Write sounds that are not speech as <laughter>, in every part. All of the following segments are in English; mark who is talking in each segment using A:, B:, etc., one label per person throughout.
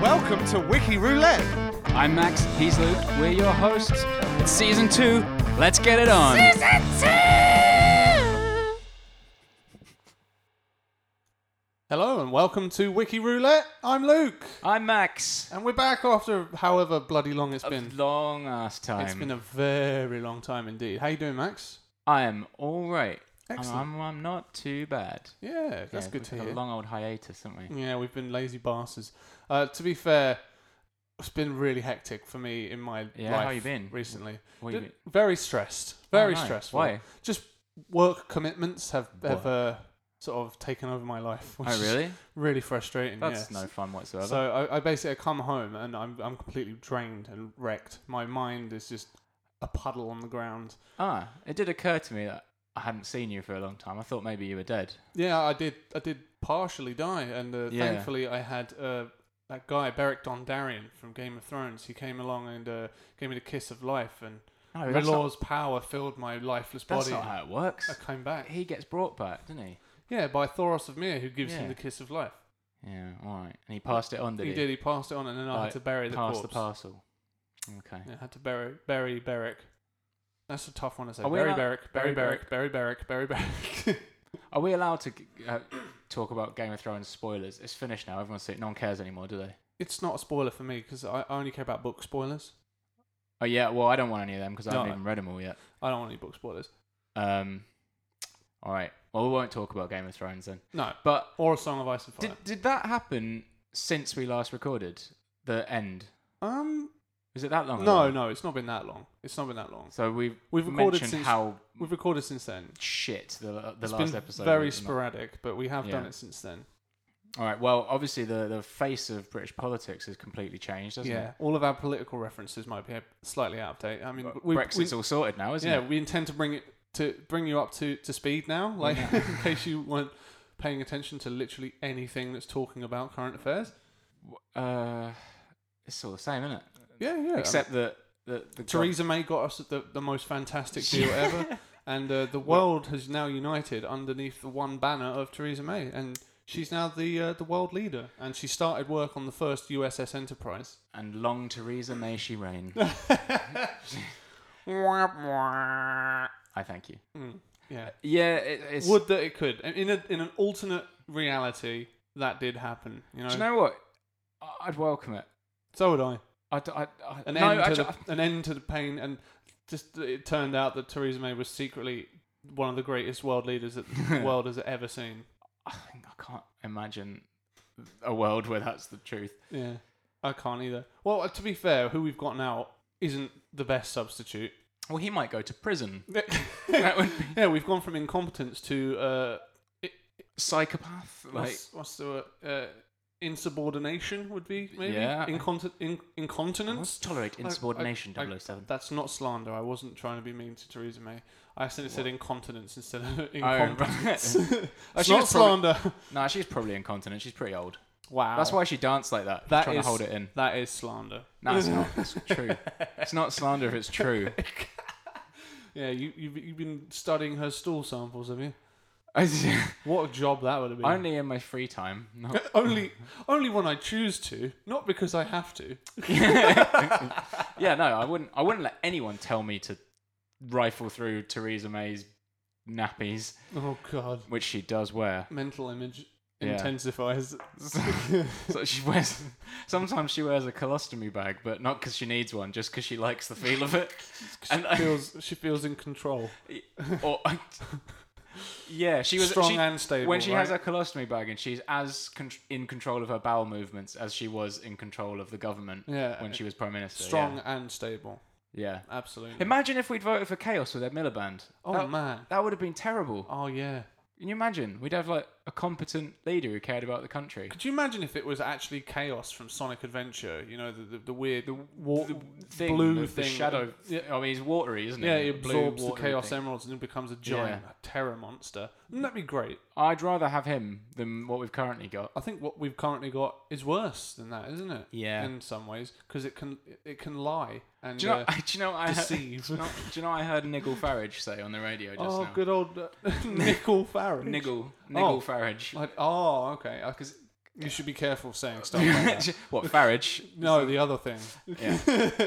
A: Welcome to Wiki Roulette.
B: I'm Max, he's Luke, we're your hosts. It's season two, let's get it on.
A: Hello and welcome to Wiki Roulette. I'm Luke,
B: I'm Max.
A: and we're back after however bloody long it's
B: A
A: been.
B: long ass time.
A: It's been a very long time indeed. How you doing, Max?
B: I am all right. I'm-
A: Excellent.
B: I'm, I'm not too bad.
A: Yeah, that's
B: Yeah,
A: good
B: we've
A: to
B: had
A: hear.
B: A long old hiatus, haven't we?
A: yeah, we've been lazy bastards. Uh, to be fair, it's been really hectic for me in my
B: Yeah,
A: life
B: how you been?
A: recently.
B: What you
A: D-
B: been- Oh,
A: Very stressed. Very
B: no.
A: stressful. <laughs>
B: Why?
A: Just work commitments have have
B: Work.
A: uh, sort of taken over my life. <laughs> Which
B: Oh,
A: is
B: really?
A: Really frustrating.
B: That's
A: yes.
B: no fun whatsoever.
A: So I, I basically come home and I'm I'm completely drained and wrecked. My mind is just a puddle on the ground.
B: ah, it did occur to me that I hadn't seen you for a long time. I thought maybe you were dead.
A: Yeah, I did I did partially die, and uh,
B: Yeah.
A: thankfully I had uh, that guy Beric Dondarrion from Game of Thrones. He came along and uh, gave me the kiss of life, and
B: No, Oh, that's, not,
A: Rilor's power filled my lifeless
B: that's
A: body.
B: not how it works.
A: I came back.
B: He gets brought back, didn't he?
A: Yeah, by Thoros of Mir, who gives him
B: Yeah.
A: the kiss of life.
B: Yeah, all right. And he passed it on, did
A: he,
B: he?
A: did. He passed it on, and then I
B: Right,
A: had to bury the
B: Passed
A: corpse.
B: the parcel. Okay.
A: Yeah, had to bury bury Beric. That's a tough one to say.
B: Are we
A: Bury
B: allowed-
A: Beric, bury
B: bury
A: Beric, bury Beric, bury Beric. <laughs>
B: Are we allowed to uh, talk about Game of Thrones spoilers? It's finished now. Everyone's seen it. No one cares anymore, do they?
A: it's not a spoiler for me because I, I only care about book spoilers.
B: Oh yeah. Well, I don't want any of them because I
A: No.
B: haven't even read them all yet.
A: I don't want any book spoilers.
B: Um. All right. Well, we won't talk about Game of Thrones then.
A: No,
B: But
A: or a Song of Ice and Fire.
B: did did that happen since we last recorded? The end.
A: um,
B: Was it that long?
A: no,
B: ago?
A: no, it's not been that long. It's not been that long.
B: So we've
A: We've recorded
B: mentioned
A: since-
B: how
A: We've recorded since then.
B: shit the the
A: It's
B: last
A: been
B: episode.
A: very
B: was.
A: sporadic, but we have done
B: Yeah.
A: it since then.
B: All right. Well, obviously the the face of British politics has completely changed, hasn't
A: yeah,
B: it?
A: all of our political references might be slightly out of date. I mean, we, we,
B: Brexit's all sorted now, isn't
A: yeah,
B: it?
A: we intend to bring it to bring you up to, to speed now, like <laughs>
B: Yeah.
A: in case you weren't paying attention to literally anything that's talking about current affairs.
B: Uh, it's all the same, isn't it?
A: Yeah, yeah.
B: except that the, the
A: Theresa May got us the, the most fantastic
B: <laughs>
A: deal ever, and uh, the world has now united underneath the one banner of Theresa May, and she's now the uh, the world leader. And she started work on the first USS Enterprise.
B: and long Theresa May
A: <laughs>
B: she reign. I thank you.
A: Yeah,
B: Yeah, it, Hmm. Uh, it's.
A: would that it could in a, in an alternate reality that did happen. You know,
B: do you know what? I- I'd welcome it.
A: so would I.
B: I'd, I'd, I'd,
A: An
B: no,
A: end to
B: actually, I-
A: the, an end to the pain, and just that it turned out that Theresa May was secretly one of the greatest world leaders
B: <laughs>
A: that the world has ever seen.
B: I, think I can't imagine a world where that's the truth.
A: Yeah, I can't either. Well, uh, to be fair, who we've got now isn't the best
B: <laughs>
A: substitute.
B: Well, he might go to prison.
A: yeah,
B: would be-
A: we've gone from incompetence to uh,
B: Psychopath, like
A: what's, what's the word? Uh, insubordination would be maybe
B: Yeah.
A: Inconti- in-
B: let's
A: incontinence.
B: tolerate insubordination. 007.
A: That's not slander. I wasn't trying to be mean to Theresa May. I accidentally said incontinence instead of incompetence. <laughs>
B: <laughs> oh, right.
A: That's
B: she
A: not
B: was probably-
A: slander.
B: <laughs> no, she's probably incontinent. She's pretty old.
A: wow,
B: That's why she danced like that.
A: That
B: trying
A: is-
B: to hold it in.
A: that is slander. <laughs>
B: No, it's not. It's true. It's not slander if it's true.
A: Yeah, you you've, you've been studying her stool samples, have you?
B: I-
A: What a job that would have been.
B: Only in my free time. Not...
A: <laughs> only only when I choose to, not because I have to.
B: <laughs> yeah, no, I wouldn't. I wouldn't let anyone tell me to rifle through Theresa May's nappies,
A: Oh god.
B: which she does wear.
A: Mental image
B: Yeah.
A: intensifies.
B: So she
A: <laughs>
B: wears. Sometimes she wears a colostomy bag, but not because she needs one, just because she likes the feel of it. And
A: she
B: I,
A: feels she feels in control.
B: or, <laughs> yeah, she was
A: Strong
B: she-
A: and stable.
B: when she has
A: right?
B: her colostomy bag, and she's as con- in control of her bowel movements as she was in control of the government
A: yeah,
B: when she was prime minister. yeah.
A: strong and stable.
B: yeah.
A: Absolutely.
B: Imagine if we'd voted for chaos with Ed Miliband.
A: oh
B: that,
A: man.
B: that would have been terrible.
A: Oh yeah.
B: Can you imagine? We'd have like a competent leader who cared about the country.
A: Could you imagine if it was actually chaos from Sonic Adventure? You know the the, the weird the, war,
B: The thing,
A: blue
B: the,
A: thing.
B: the shadow.
A: Yeah.
B: I mean, he's watery, isn't he?
A: Yeah, he
B: The blue
A: absorbs the
B: watery
A: chaos
B: thing.
A: emeralds and it becomes a giant terror monster. Wouldn't that be great?
B: I'd rather have him than what we've currently got.
A: I think what we've currently got is worse than that, isn't it?
B: Yeah.
A: In some ways, because it can it can lie and
B: Do you know?
A: uh,
B: <laughs> do you know? What I heard, do
A: deceive. <laughs>
B: <laughs> you know, do you know what I heard Nigel Farage say on the radio just
A: oh,
B: now? <laughs>
A: good old uh, Nickel Farage.
B: Nigel Nigel
A: Oh.
B: Farage.
A: Like, oh, okay. Because You should be careful saying
B: <laughs>
A: stuff like that.
B: what Farage?
A: No, the other thing. <laughs>
B: Yeah.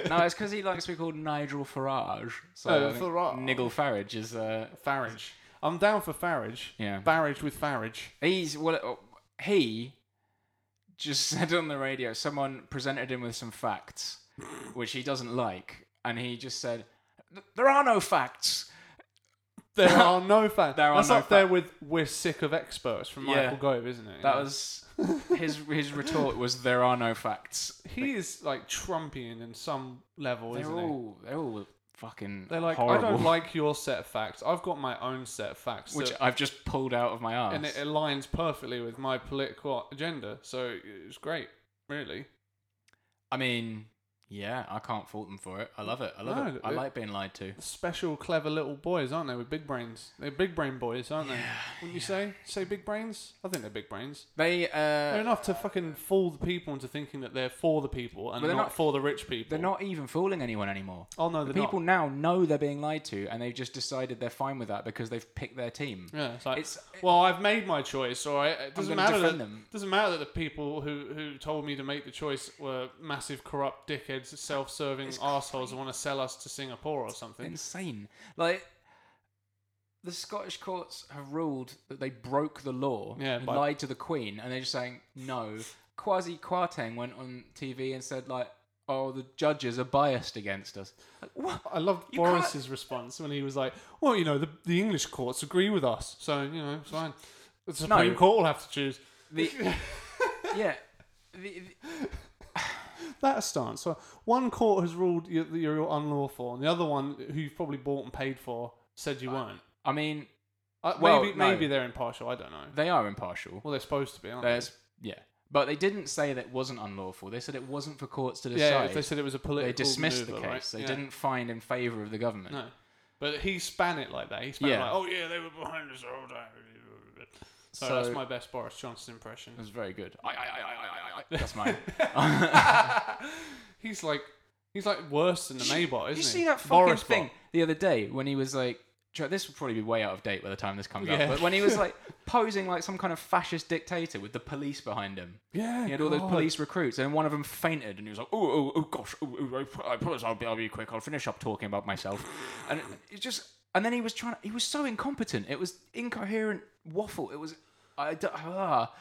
B: No, it's because he likes to be called Nigel Farage. So
A: Oh,
B: I think
A: Farage.
B: Nigel Farage is uh,
A: Farage. I'm down for Farage.
B: yeah.
A: Farage with Farage.
B: He's well, uh, he just <laughs> said on the radio. Someone presented him with some facts, which he doesn't like, and he just said, "There are no facts."
A: There are no fans.
B: There are
A: That's
B: no
A: up there
B: fa-
A: with "We're sick of experts" from
B: Yeah.
A: Michael Gove, isn't it?
B: That was <laughs> his his retort was, "There are no facts."
A: <laughs> he is like Trumpian in some level,
B: They're
A: isn't he?
B: all they're all fucking
A: They're like,
B: horrible, <laughs>
A: I don't like your set of facts. I've got my own set of facts,
B: which
A: that-
B: I've just pulled out of my ass.
A: and it aligns perfectly with my political agenda. So it's great, really.
B: I mean, yeah, I can't fault them for it. I love it. I love
A: No,
B: it. I
A: it-
B: like being lied to.
A: Special, clever little boys, aren't they? With big brains, they're big brain boys, aren't they? Wouldn't you say? Say big brains? I think they're big brains.
B: They uh,
A: They're enough to fucking fool the people into thinking that they're for the people and not,
B: But they're not-
A: for the rich people.
B: They're not even fooling anyone anymore.
A: Oh no, they're not.
B: People now know they're being lied to, and they've just decided they're fine with that because they've picked their team.
A: Yeah, it's like,
B: It's-
A: well, I've made my choice. All right, it doesn't
B: gonna
A: matter. That,
B: defend them.
A: Doesn't matter that the people who who told me to make the choice were massive corrupt dickheads, self-serving assholes who want to sell us to Singapore or something.
B: Insane. Like the Scottish courts have ruled that they broke the law,
A: Yeah,
B: and
A: by-
B: lied to the Queen, and they're just saying no. Quasi Kwarteng went on TV and said like, "Oh, the judges are biased against us." Like, what?
A: I loved
B: You can't-
A: Boris's response when he was like, "Well, you know, the, the English courts agree with us, so you know, it's fine. The Supreme Court will have to choose
B: The, yeah. The, the-
A: <laughs> that stance." So one court has ruled you, that you're unlawful, and the other one, who you've probably bought and paid for, said you weren't.
B: I mean,
A: Uh,
B: well,
A: maybe
B: no.
A: maybe they're impartial. I don't know.
B: they are impartial.
A: Well, they're supposed to be, aren't they?
B: There's yeah, but they didn't say that it wasn't unlawful. They said it wasn't for courts to
A: Yeah,
B: decide.
A: if they said it was a political.
B: they dismissed the
A: maneuver,
B: case.
A: right?
B: They
A: Yeah.
B: didn't find in favor of the government.
A: No, but he span it like that. He span it
B: Yeah.
A: like, oh yeah, they were behind us the whole time. So,
B: So-
A: that's my best Boris Johnson impression.
B: It was very good. <laughs> I, I, I, I, I, I, I. <laughs> That's mine.
A: <laughs> he's like, he's like worse than the Maybot, isn't
B: you
A: he?
B: see that fucking
A: Boris
B: thing
A: Bot.
B: the other day when he was like, tr- this will probably be way out of date by the time this comes
A: Yeah.
B: out. But when he was <laughs> like posing like some kind of fascist dictator with the police behind him,
A: Yeah,
B: he had all those
A: God.
B: police recruits, and one of them fainted, and he was like, "Oh, oh, oh, gosh! Oh, oh, I I promise I'll be, I'll be quick. I'll finish up talking about myself." and it just, and then he was trying. He was so incompetent. It was incoherent waffle. It was, I, d- ah,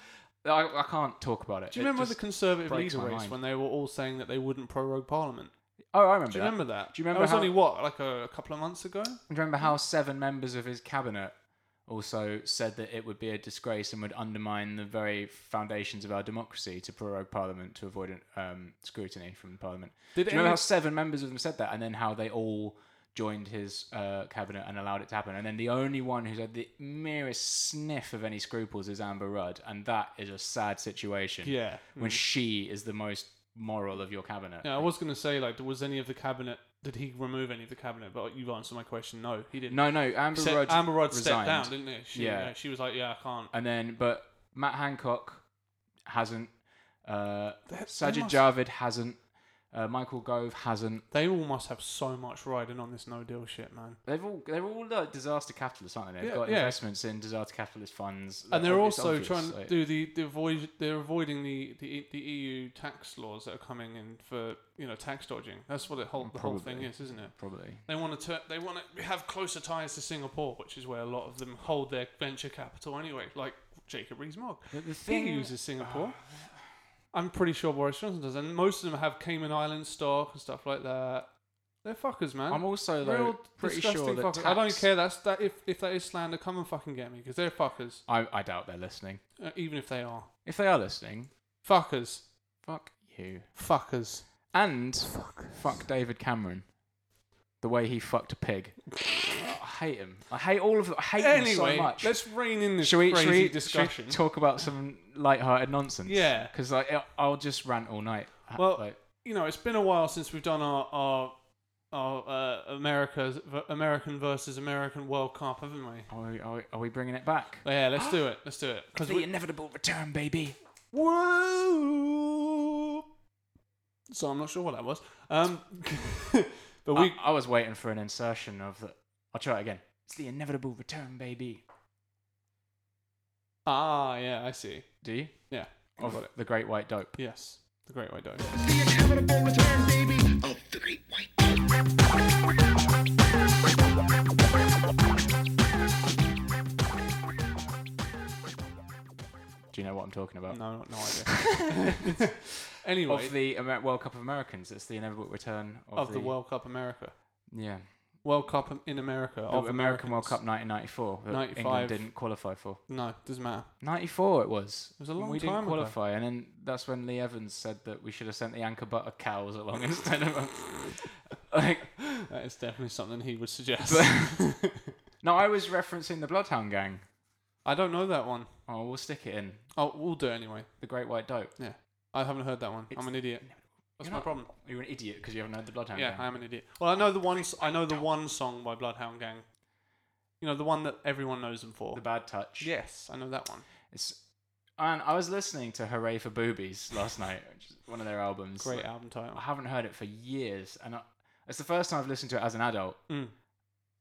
B: I, I can't talk about it.
A: Do you remember the Conservative
B: breaks
A: leader
B: my
A: race
B: mind.
A: when they were all saying that they wouldn't prorogue Parliament?
B: Oh, I remember.
A: Do you
B: that.
A: remember that?
B: Do you remember
A: That was
B: how-
A: only what, like a, a couple of months ago?
B: Do you remember how seven members of his cabinet also said that it would be a disgrace and would undermine the very foundations of our democracy to prorogue parliament to avoid um, scrutiny from parliament?
A: Did
B: Do you remember
A: any-
B: how seven members of them said that, and then how they all joined his uh, cabinet and allowed it to happen? And then the only one who's had the merest sniff of any scruples is Amber Rudd, and that is a sad
A: <laughs>
B: situation.
A: Yeah. Hmm.
B: when she is the most moral of your cabinet.
A: Yeah, I was going to say, like, was any of the cabinet, did he remove any of the cabinet? But you've answered my question. No, he didn't.
B: No, no, Amber
A: Said-
B: Rudd.
A: Amber Rudd stepped
B: resigned.
A: down, didn't she? She,
B: Yeah.
A: yeah. She was like, yeah, I can't.
B: And then, but Matt Hancock hasn't. Uh, Sajid
A: must-
B: Javid hasn't. Uh, Michael Gove hasn't.
A: They all must have so much riding on this no deal shit, man.
B: They've all they're all like disaster capitalists, aren't they? They've
A: Yeah,
B: got
A: yeah.
B: investments in disaster capitalist funds,
A: And they're
B: It's
A: also
B: obvious,
A: trying to
B: like-
A: do the, the avoid they're avoiding the, the the EU tax laws that are coming in for you know tax dodging. That's what it whole, the whole thing
B: Probably.
A: is, isn't it?
B: probably.
A: They want to tur they want to have closer ties to Singapore, which is where a lot of them hold their venture capital anyway. Like Jacob Rees-Mogg,
B: But the
A: he
B: thing
A: uses Singapore. I'm pretty sure Boris Johnson does, and most of them have Cayman Island stock and stuff like that. They're fuckers, man.
B: I'm also though,
A: Real
B: pretty
A: disgusting
B: sure that
A: fuckers. I don't
B: tax-
A: care. That's that. If if that is slander, come and fucking get me because they're fuckers.
B: I, I doubt they're listening.
A: Uh, even if they are
B: If they are listening,
A: fuckers,
B: fuck you.
A: fuckers.
B: And
A: <laughs>
B: fuck David Cameron. The way he fucked a pig. I hate him. I hate all of them. I hate
A: Anyway,
B: him so much.
A: let's rein in this
B: Should we,
A: crazy
B: should we, should we
A: discussion.
B: talk about some light-hearted nonsense?
A: Yeah.
B: because like I- I'll just rant all night. Ha-
A: Well-
B: like,
A: you know, it's been a while since we've done our our our uh, America's v- American versus American World Cup, haven't we?
B: are we, are, we, are we bringing it back?
A: But yeah,
B: <gasps>
A: let's do it. Let's do it. Because
B: the inevitable return, baby.
A: whoa. So I'm not sure what that was. Um, <laughs> but we
B: I, I was waiting for an insertion of the. I'll try it again. It's the inevitable return, baby.
A: ah yeah, I see.
B: Do you?
A: Yeah. I got it.
B: the Great White Dope.
A: Yes, the Great White Dope.
C: The inevitable return, baby, of the great white.
B: Do you know what I'm talking about?
A: No, no idea.
B: <laughs>
A: anyway,
B: Of the Amer- World Cup of Americans, it's the inevitable return of,
A: of the World Cup America,
B: Yeah,
A: World Cup in America
B: of
A: of
B: American World
A: Americans.
B: Cup 1994 that
A: 95.
B: England didn't qualify for.
A: No, doesn't matter.
B: 94 it was. It
A: was a long
B: We
A: time
B: didn't
A: ago.
B: qualify, and then that's when Lee Evans said that we should have sent the anchor butter cows along <laughs> instead of. like,
A: <laughs> That is definitely something he would suggest.
B: <laughs> no, I was referencing the Bloodhound Gang.
A: I don't know that one.
B: Oh, we'll stick it in
A: Oh, we'll do it anyway.
B: the Great White Dope.
A: Yeah, I haven't heard that one. I'm an idiot. That's
B: You're
A: my
B: not-
A: problem.
B: You're an idiot because you haven't heard the Bloodhound
A: Yeah,
B: Gang.
A: I am an idiot. Well, I know the one. s- I know the one song by Bloodhound Gang. You know the one that everyone knows them for.
B: the Bad Touch.
A: yes, I know that one.
B: It's, and I was listening to Hooray for Boobies last night, which is one of their albums.
A: Great album title.
B: I haven't heard it for years, and I, it's the first time I've listened to it as an adult.
A: Mm.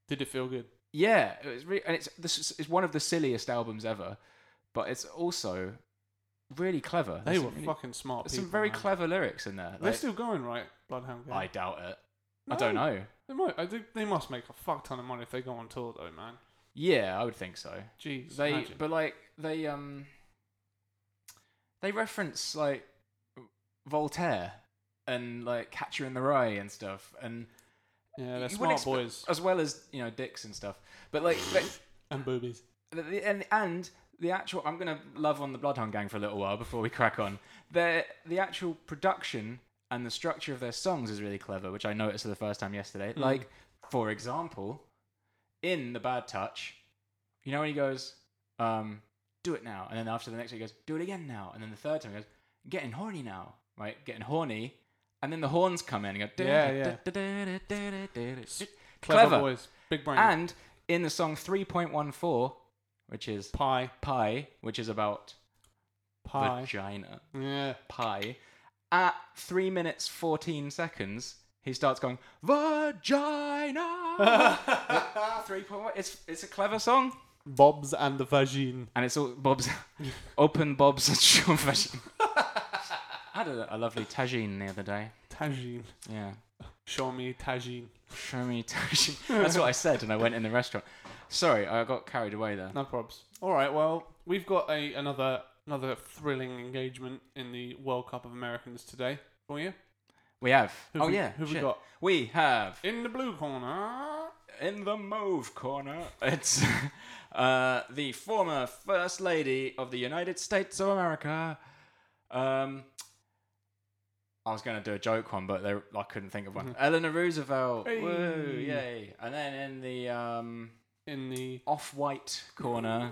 A: Did it feel good?
B: Yeah, it was really, and it's this is it's one of the silliest albums ever, but it's also really clever.
A: They
B: There's
A: were
B: some really-
A: fucking smart
B: there's
A: people.
B: some very
A: man.
B: clever lyrics in there.
A: They're
B: like-
A: still going, right? Bloodhound Gang.
B: I doubt it. I don't
A: No.
B: know.
A: They might. I think they must make a fuck ton of money if they go on tour, though, man.
B: Yeah, I would think so.
A: Jeez.
B: They,
A: imagine.
B: but like they um, they reference like Voltaire and like Catcher in the Rye and stuff, and
A: yeah, they're
B: you wouldn't
A: smart
B: expe-
A: boys
B: as well as you know dicks and stuff. But like, they-
A: and boobies.
B: The- the- and and the actual I'm gonna love on the Bloodhound Gang for a little while before we crack on. Their the actual production and the structure of their songs is really clever, which I noticed for the first time yesterday. Like, for example, in the Bad Touch, you know when he goes, um, "Do it now," and then after the next one he goes, "Do it again now," and then the third time he goes, "Getting horny now," right? Getting horny, and then the horns come in and go,
A: Yeah, yeah. Clever,
B: clever.
A: boys, big brain.
B: And in the song 3.14, which is
A: pie,
B: pie, which is about
A: pie.
B: vagina,
A: yeah.
B: pie, at 3 minutes 14 seconds, he starts going,
A: <laughs>
B: Vagina! 3.1. It's, it's a clever song.
A: Bob's and the vagine.
B: And it's all
A: <laughs>
B: Bob's, open Bob's and Sean Vagina. I had a, a lovely tagine the other day.
A: Tagine.
B: Yeah.
A: Show me tagine.
B: Show me tagine.
A: <laughs>
B: That's what I said, and I went in the restaurant. Sorry, I got carried away there.
A: No probs. All right. Well, we've got a another another thrilling engagement in the World Cup of Americans today for you.
B: We have.
A: Who've
B: oh
A: we-
B: yeah.
A: who've we
B: shit.
A: got?
B: We have
A: In the blue corner.
B: in the mauve corner. It's <laughs> uh, the former First Lady of the United States of America. Um, I was going to do a joke one, but there, I couldn't think of one. Eleanor Roosevelt. Woo,
A: Mm-hmm. Hey.
B: yay! And then in the um,
A: In the
B: off-white corner,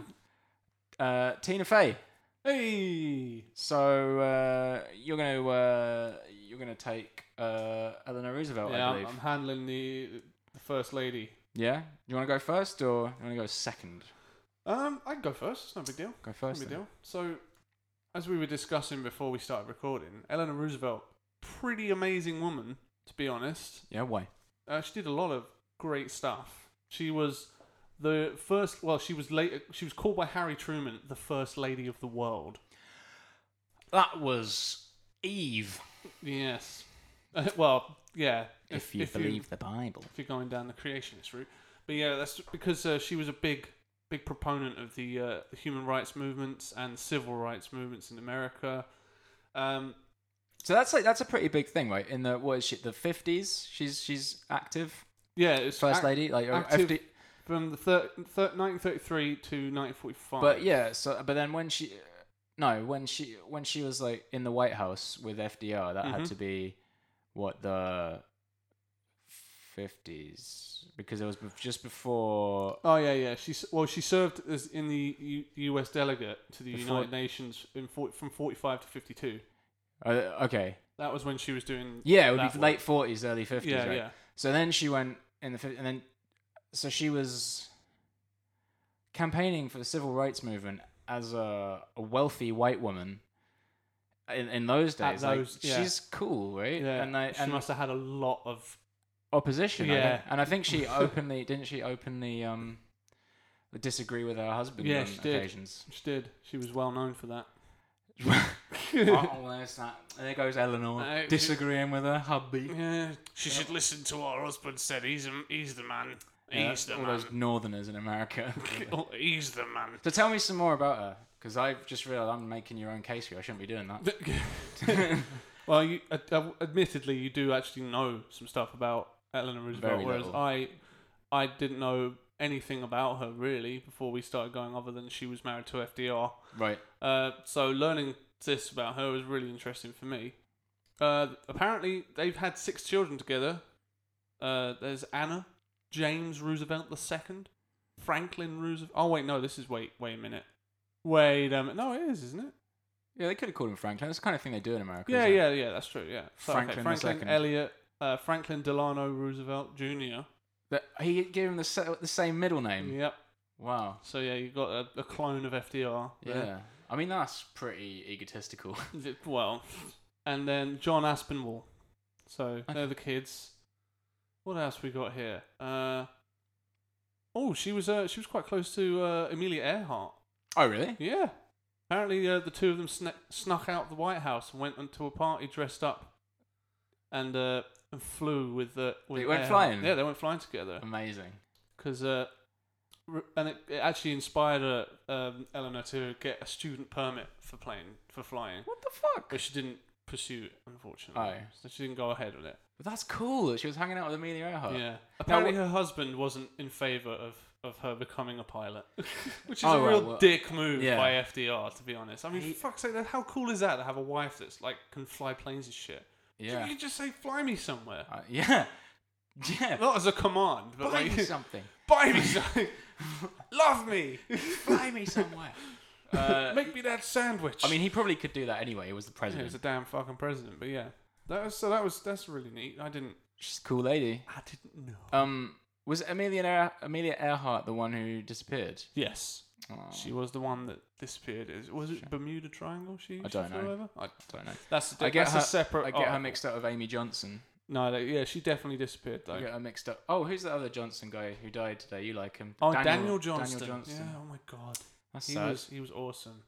B: uh, Tina Fey.
A: hey.
B: So uh, you're going to uh, you're going to take uh, Eleanor Roosevelt,
A: Yeah,
B: I
A: I'm,
B: believe.
A: I'm handling the the first lady.
B: Yeah. You want to go first or you want to go second?
A: Um, I can go first. It's no big deal.
B: Go
A: No
B: first.
A: big
B: then.
A: deal. So, as we were discussing before we started recording, Eleanor Roosevelt, pretty amazing woman, to be honest.
B: Yeah. Why?
A: Uh, she did a lot of great stuff. She was the first. Well, she was late. She was called by Harry Truman the first lady of the world.
B: That was Eve,
A: Yes. Uh, well, yeah.
B: the Bible.
A: if you're going down the creationist route. But yeah, that's because uh, she was a big, big proponent of the, uh, the human rights movements and civil rights movements in America. Um,
B: So that's like that's a pretty big thing, right? In the what is she? The fifties. She's she's active
A: yeah, it's
B: first
A: ac-
B: lady, like uh,
A: active-
B: FD
A: from the thir- thir- 1933 to 1945.
B: But yeah. So but then when she, no, when she when she was like in the White House with FDR, that had
A: Mhm.
B: to be what the fifties because it was bef- just before
A: Oh yeah, yeah. She s- well, she served as in the U- U.S. delegate to the
B: Before-
A: United Nations in 40, from 45 to 52.
B: Uh, okay.
A: That was when she was doing.
B: Yeah, it would
A: that
B: be
A: work.
B: late forties, early fifties.
A: Yeah,
B: right?
A: yeah.
B: So then she went in the 50s, and then so she was campaigning for the civil rights movement as a, a wealthy white woman. In, in those
A: At
B: days, like,
A: those- yeah.
B: she's cool, right?
A: Yeah,
B: And I,
A: she
B: and
A: must have had a lot of
B: opposition. I
A: Yeah.
B: think. and I think she openly <laughs> didn't she openly um disagree with her husband
A: Yeah,
B: on
A: she did.
B: occasions. <laughs>
A: She did. She was well known for that.
B: oh, there's that. There goes Eleanor
A: I-
B: disagreeing with
A: <laughs>
B: her hubby.
A: Yeah,
D: She should listen to what her husband said. He's, a, he's the man.
B: Yeah,
D: He's the
B: all
D: man.
B: those Northerners
A: <laughs>
B: in America. <laughs>
D: Oh, he's the man.
B: so tell me some more about her, because I've just realised I'm making your own case here. I shouldn't be doing that.
A: <laughs>
B: <laughs>
A: well, you, uh, uh, admittedly, you do actually know some stuff about Eleanor Roosevelt,
B: Very
A: whereas
B: little.
A: I, I didn't know anything about her really before we started going, other than she was married to FDR.
B: Right.
A: Uh, so learning this about her was really interesting for me. Uh, apparently, they've had six children together. Uh, there's Anna, James Roosevelt II, Franklin Roosevelt. Oh wait, no, this is wait, wait a minute. Wait a minute. No, it is, isn't it?
B: Yeah, they could have called him Franklin. That's the kind of thing they do in America.
A: Yeah,
B: isn't it?
A: yeah, yeah. That's true. Yeah. So,
B: Franklin the
A: okay, Franklin
B: second.
A: Elliot, uh, Franklin Delano Roosevelt Jr.
B: That he gave him the, sa- the same middle name.
A: Yep.
B: Wow.
A: So yeah, you got a, a clone of FDR.
B: Yeah.
A: there.
B: I mean, that's pretty egotistical. <laughs>
A: Th- Well, and then John Aspinwall. So they're the kids. What else we got here? Uh, oh, she was uh, she was quite close to uh, Amelia Earhart.
B: oh, really?
A: Yeah. Apparently, uh, the two of them sn- snuck out the White House and went into a party dressed up, and uh, and flew with the. With
B: went
A: Earhart.
B: flying?
A: Yeah, they went flying together
B: Amazing.
A: because uh, r- and it, it actually inspired uh, um, Eleanor to get a student permit for plane for flying,
B: What the fuck?
A: but she didn't pursue it, unfortunately.
B: Aye.
A: So she didn't go ahead with it.
B: But that's cool that she was hanging out with Amelia Earhart.
A: yeah. Apparently, her husband wasn't in favour of. Of her becoming a pilot, <laughs> which is
B: Oh,
A: a
B: right,
A: real
B: well-
A: dick move
B: Yeah.
A: by FDR, to be honest. I mean,
B: He-
A: fuck's sake, how cool is that to have a wife that's like can fly planes and shit?
B: Yeah.
A: You could just say, "Fly me somewhere,"
B: Uh, yeah. <laughs> Yeah.
A: not as a command, but
B: Buy
A: <laughs> like,
B: me something.
A: buy
B: <laughs>
A: me something, <laughs> love me,
B: Buy me somewhere.
A: <laughs>
B: Uh,
A: make me that sandwich.
B: I mean, he probably could do that anyway. He was the
A: Yeah,
B: president.
A: he's a damn fucking president. But yeah, that was so that was that's really neat. I didn't
B: She's a cool lady.
A: I didn't know.
B: Um, was Amelia Ear- Amelia Earhart the one who disappeared?
A: yes,
B: Oh,
A: she was the one that disappeared. Is was it Bermuda Triangle? She
B: I don't
A: she flew
B: know.
A: Over? I,
B: don't know.
A: that's a,
B: I get
A: that's
B: her
A: a separate.
B: I get her
A: article.
B: mixed up with Amy Johnson.
A: No, that- yeah, she definitely disappeared though.
B: I get her mixed up. Oh, who's the other Johnson guy who died today? You like him?
A: Oh, Daniel, Johnston.
B: Daniel Johnston.
A: Yeah, oh my god,
B: That's
A: he
B: sad.
A: was he was awesome.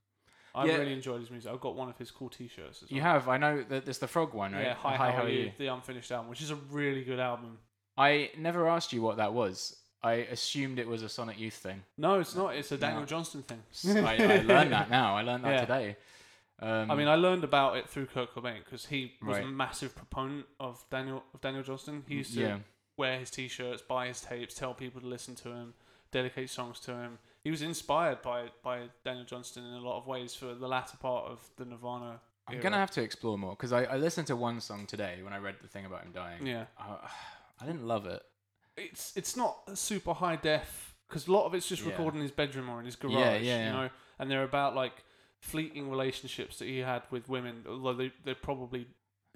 A: I
B: Yeah.
A: really enjoyed his music. I've got one of his cool T-shirts. As well.
B: You have. I know that there's the frog one, right?
A: yeah, hi, how, are you? The unfinished album, which is a really good album.
B: I never asked you what that was. I assumed it was a Sonic
A: <laughs>
B: Youth thing.
A: No, it's not. It's a Daniel
B: No.
A: Johnston thing.
B: I, I learned that now. I learned that
A: Yeah.
B: today. Um,
A: I mean, I learned about it through Kurt Cobain because he was
B: Right.
A: a massive proponent of Daniel of Daniel Johnston. He used to
B: yeah.
A: wear his T-shirts, buy his tapes, tell people to listen to him, dedicate songs to him. He was inspired by by Daniel Johnston in a lot of ways for the latter part of the Nirvana.
B: I'm
A: era.
B: gonna have to explore more because I, I listened to one song today when I read the thing about him dying.
A: yeah.
B: Uh, <sighs> I didn't love it.
A: It's it's not a super high def because a lot of it's just
B: Yeah.
A: recorded in his bedroom or in his garage.
B: yeah, yeah.
A: You know, and they're about like fleeting relationships that he had with women, although they they probably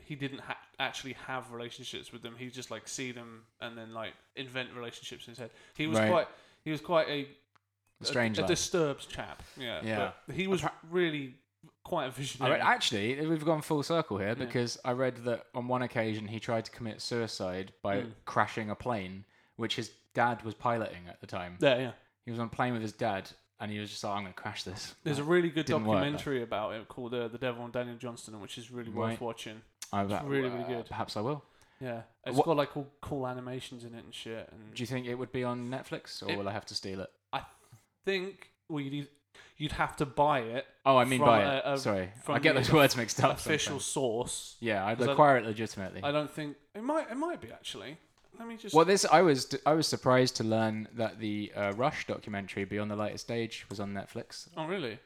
A: he didn't ha- actually have relationships with them. He just like see them and then like invent relationships in his head. He was
B: Right.
A: quite he was quite a
B: A strange.
A: a,
B: lad.
A: disturbed chap. Yeah,
B: Yeah.
A: But he was
B: Appa-
A: really quite a
B: I
A: visionary.
B: read, actually, we've gone full circle here because I read that on one occasion he tried to commit suicide by
A: Mm.
B: crashing a plane, which his dad was piloting at the time.
A: yeah, yeah.
B: He was on a plane with his dad, and he was just like, "I'm gonna crash this."
A: There's a really good
B: Didn't work, though.
A: documentary about it called uh, "The Devil and Daniel Johnston," which is really
B: Right.
A: worth watching.
B: <laughs> I
A: it's really, really good.
B: Perhaps I will.
A: Yeah, it's
B: What-
A: got like all cool animations in it and shit. And
B: Do you think it would be on Netflix, or
A: It-
B: will I have to steal it?
A: I think well, you'd, eith- you'd have to buy it
B: Oh, I mean
A: From
B: by
A: a-
B: it.
A: a-
B: Sorry, I
A: from
B: get
A: the
B: those words mixed up.
A: official
B: sometimes.
A: source.
B: Yeah, I'd
A: 'cause I-
B: acquire it legitimately.
A: I don't think it might. It might be actually. Let me just.
B: Well, this I was I was surprised to learn that the uh, Rush documentary Beyond the Light of Stage was on Netflix.
A: Oh really?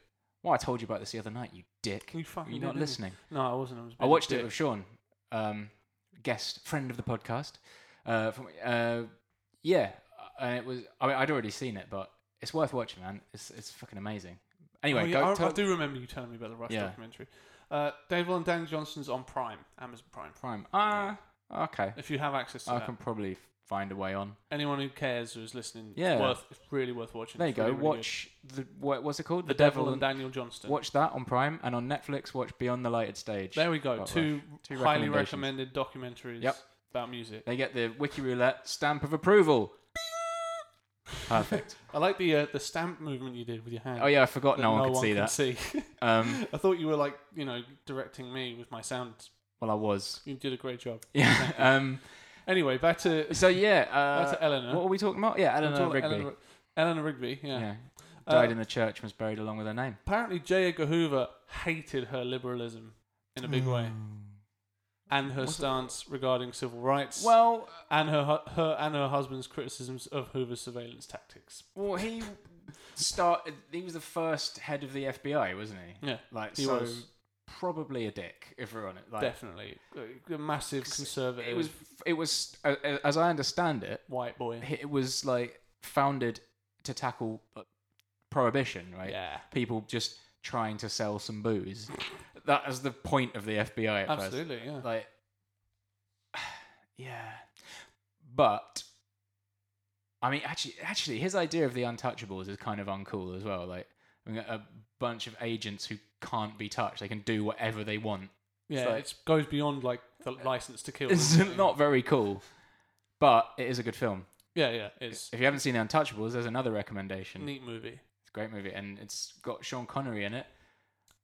B: Well, I told you about this the other night, you dick.
A: You fucking
B: You're not
A: didn't.
B: listening.
A: No, I wasn't. I, was
B: I watched it with Sean, um, guest friend of the podcast. Uh, from, uh, yeah, uh, and it was. I mean, I'd already seen it, but it's worth watching, man. It's it's fucking amazing. Anyway,
A: Anyway,
B: go.
A: Oh, I,
B: tell-
A: I do remember you telling me about the Rush
B: Yeah.
A: documentary. Uh, Devil and Daniel Johnston's on Prime, Amazon Prime.
B: Prime. Ah, okay.
A: If you have access to
B: I
A: that,
B: can probably f- find a way on.
A: anyone who cares who is listening,
B: Yeah.
A: worth, it's really worth watching.
B: There you
A: It's
B: go.
A: really, really
B: watch the what, what's it called?
A: good. The Devil and Daniel Johnston.
B: Watch that on Prime and on Netflix. Watch Beyond the Lighted Stage.
A: There we go.
B: Got
A: Two,
B: Rush. Two
A: highly
B: recommendations.
A: recommended documentaries
B: Yep.
A: about music.
B: They get the Wiki Roulette stamp of approval. Perfect.
A: <laughs> I like the uh, the stamp movement you did with your hand.
B: <laughs> Oh yeah, I forgot
A: that
B: no one could see that.
A: see.
B: <laughs> Um,
A: I thought you were like you know directing me with my sound.
B: well, I was. <laughs>
A: You did a great job.
B: Yeah. Um,
A: Anyway, back to
B: so
A: <laughs>
B: yeah,
A: back
B: uh,
A: to Eleanor.
B: what were we talking about? Yeah,
A: We're
B: Eleanor
A: talking
B: Rigby.
A: about Eleanor, Eleanor Rigby. Yeah.
B: yeah.
A: Uh,
B: Died in the church and was buried along with her name.
A: Apparently, J. Edgar Hoover hated her liberalism in a big way,
B: Hmm.
A: and her stance regarding civil rights,
B: Well,
A: and her hu- her and her husband's criticisms of Hoover's surveillance tactics.
B: well, he started. He was the first head of the FBI, wasn't he?
A: Yeah,
B: Like
A: he
B: so,
A: was.
B: probably a dick if we're on it. Like,
A: Definitely, A- a massive conservative
B: It was. It was. uh, uh, As I understand it,
A: white boy.
B: it was like founded to tackle uh, prohibition, right?
A: Yeah.
B: People just trying to sell some booze. that is the point of the FBI at first.
A: Absolutely, yeah.
B: like <sighs> yeah but i mean actually actually his idea of the untouchables is kind of uncool as well like I mean, a bunch of agents who can't be touched they can do whatever they want <laughs>
A: yeah,
B: like-
A: it goes beyond like the license to kill.
B: it's
A: doesn't it?
B: not very cool but it is a good film
A: Yeah, yeah, it's
B: if you haven't seen the untouchables there's another recommendation
A: neat movie.
B: it's a great movie and it's got sean connery in it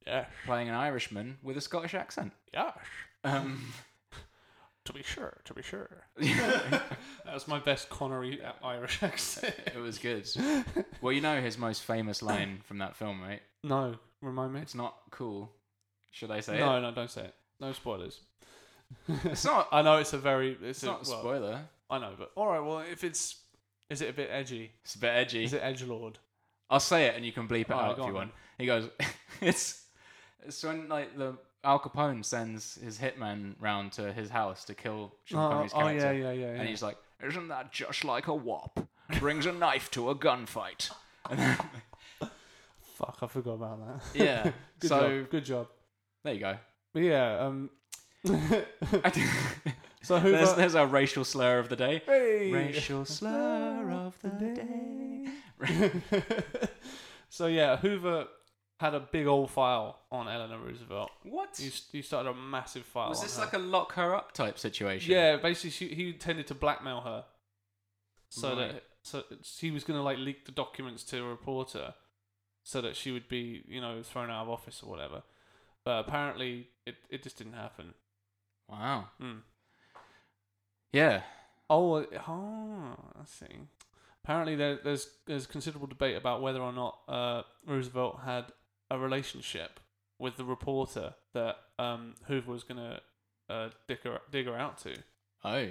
A: Yeah,
B: playing an irishman with a scottish accent
A: yeah,
B: um, <laughs>
A: to be sure, to be sure. That was my best Connery uh, Irish <laughs> accent.
B: it was good well you know his most famous line from that film right
A: no, remind me.
B: It's not cool. Should I say
A: No,
B: it?
A: no, don't say it. No spoilers.
B: It's not.
A: I know it's a very. It's,
B: It's
A: a,
B: not a
A: well,
B: spoiler.
A: I know, but all right. Well, if it's, is it a bit edgy?
B: It's a bit edgy.
A: Is it edge lord?
B: I'll say it, and you can bleep it
A: Alright,
B: out
A: go
B: if you
A: on
B: want. He goes, <laughs> "It's it's when like the Al Capone sends his hitman round to his house to kill Sean Connery's
A: oh
B: character,
A: yeah, yeah, yeah.
B: and he's like, "Isn't that just like a wop? Brings a knife to a gunfight." And then-
A: Fuck, I forgot about that.
B: <laughs> yeah.
A: good
B: <laughs> so
A: job. Good job.
B: there you <laughs> go.
A: But yeah. Um. <laughs>
B: I do-
A: so Hoover.
B: <laughs> there's, there's our racial slur of the day.
A: Hey!
B: <laughs> Racial slur of the day.
A: <laughs> so yeah, Hoover had a big old file on Eleanor Roosevelt.
B: What?
A: He, s- he started a massive file.
B: Was
A: on
B: this
A: her.
B: like a lock her up type situation?
A: Yeah, basically, she, he intended to blackmail her, so
B: Right.
A: that so he was gonna like leak the documents to a reporter, so that she would be you know thrown out of office or whatever. But apparently, it it just didn't happen.
B: Wow.
A: Hmm.
B: Yeah.
A: Oh, uh, oh, I see. Apparently, there, there's there's considerable debate about whether or not uh, Roosevelt had a relationship with the reporter that um, Hoover was gonna uh, dig her dig her out to.
B: Oh.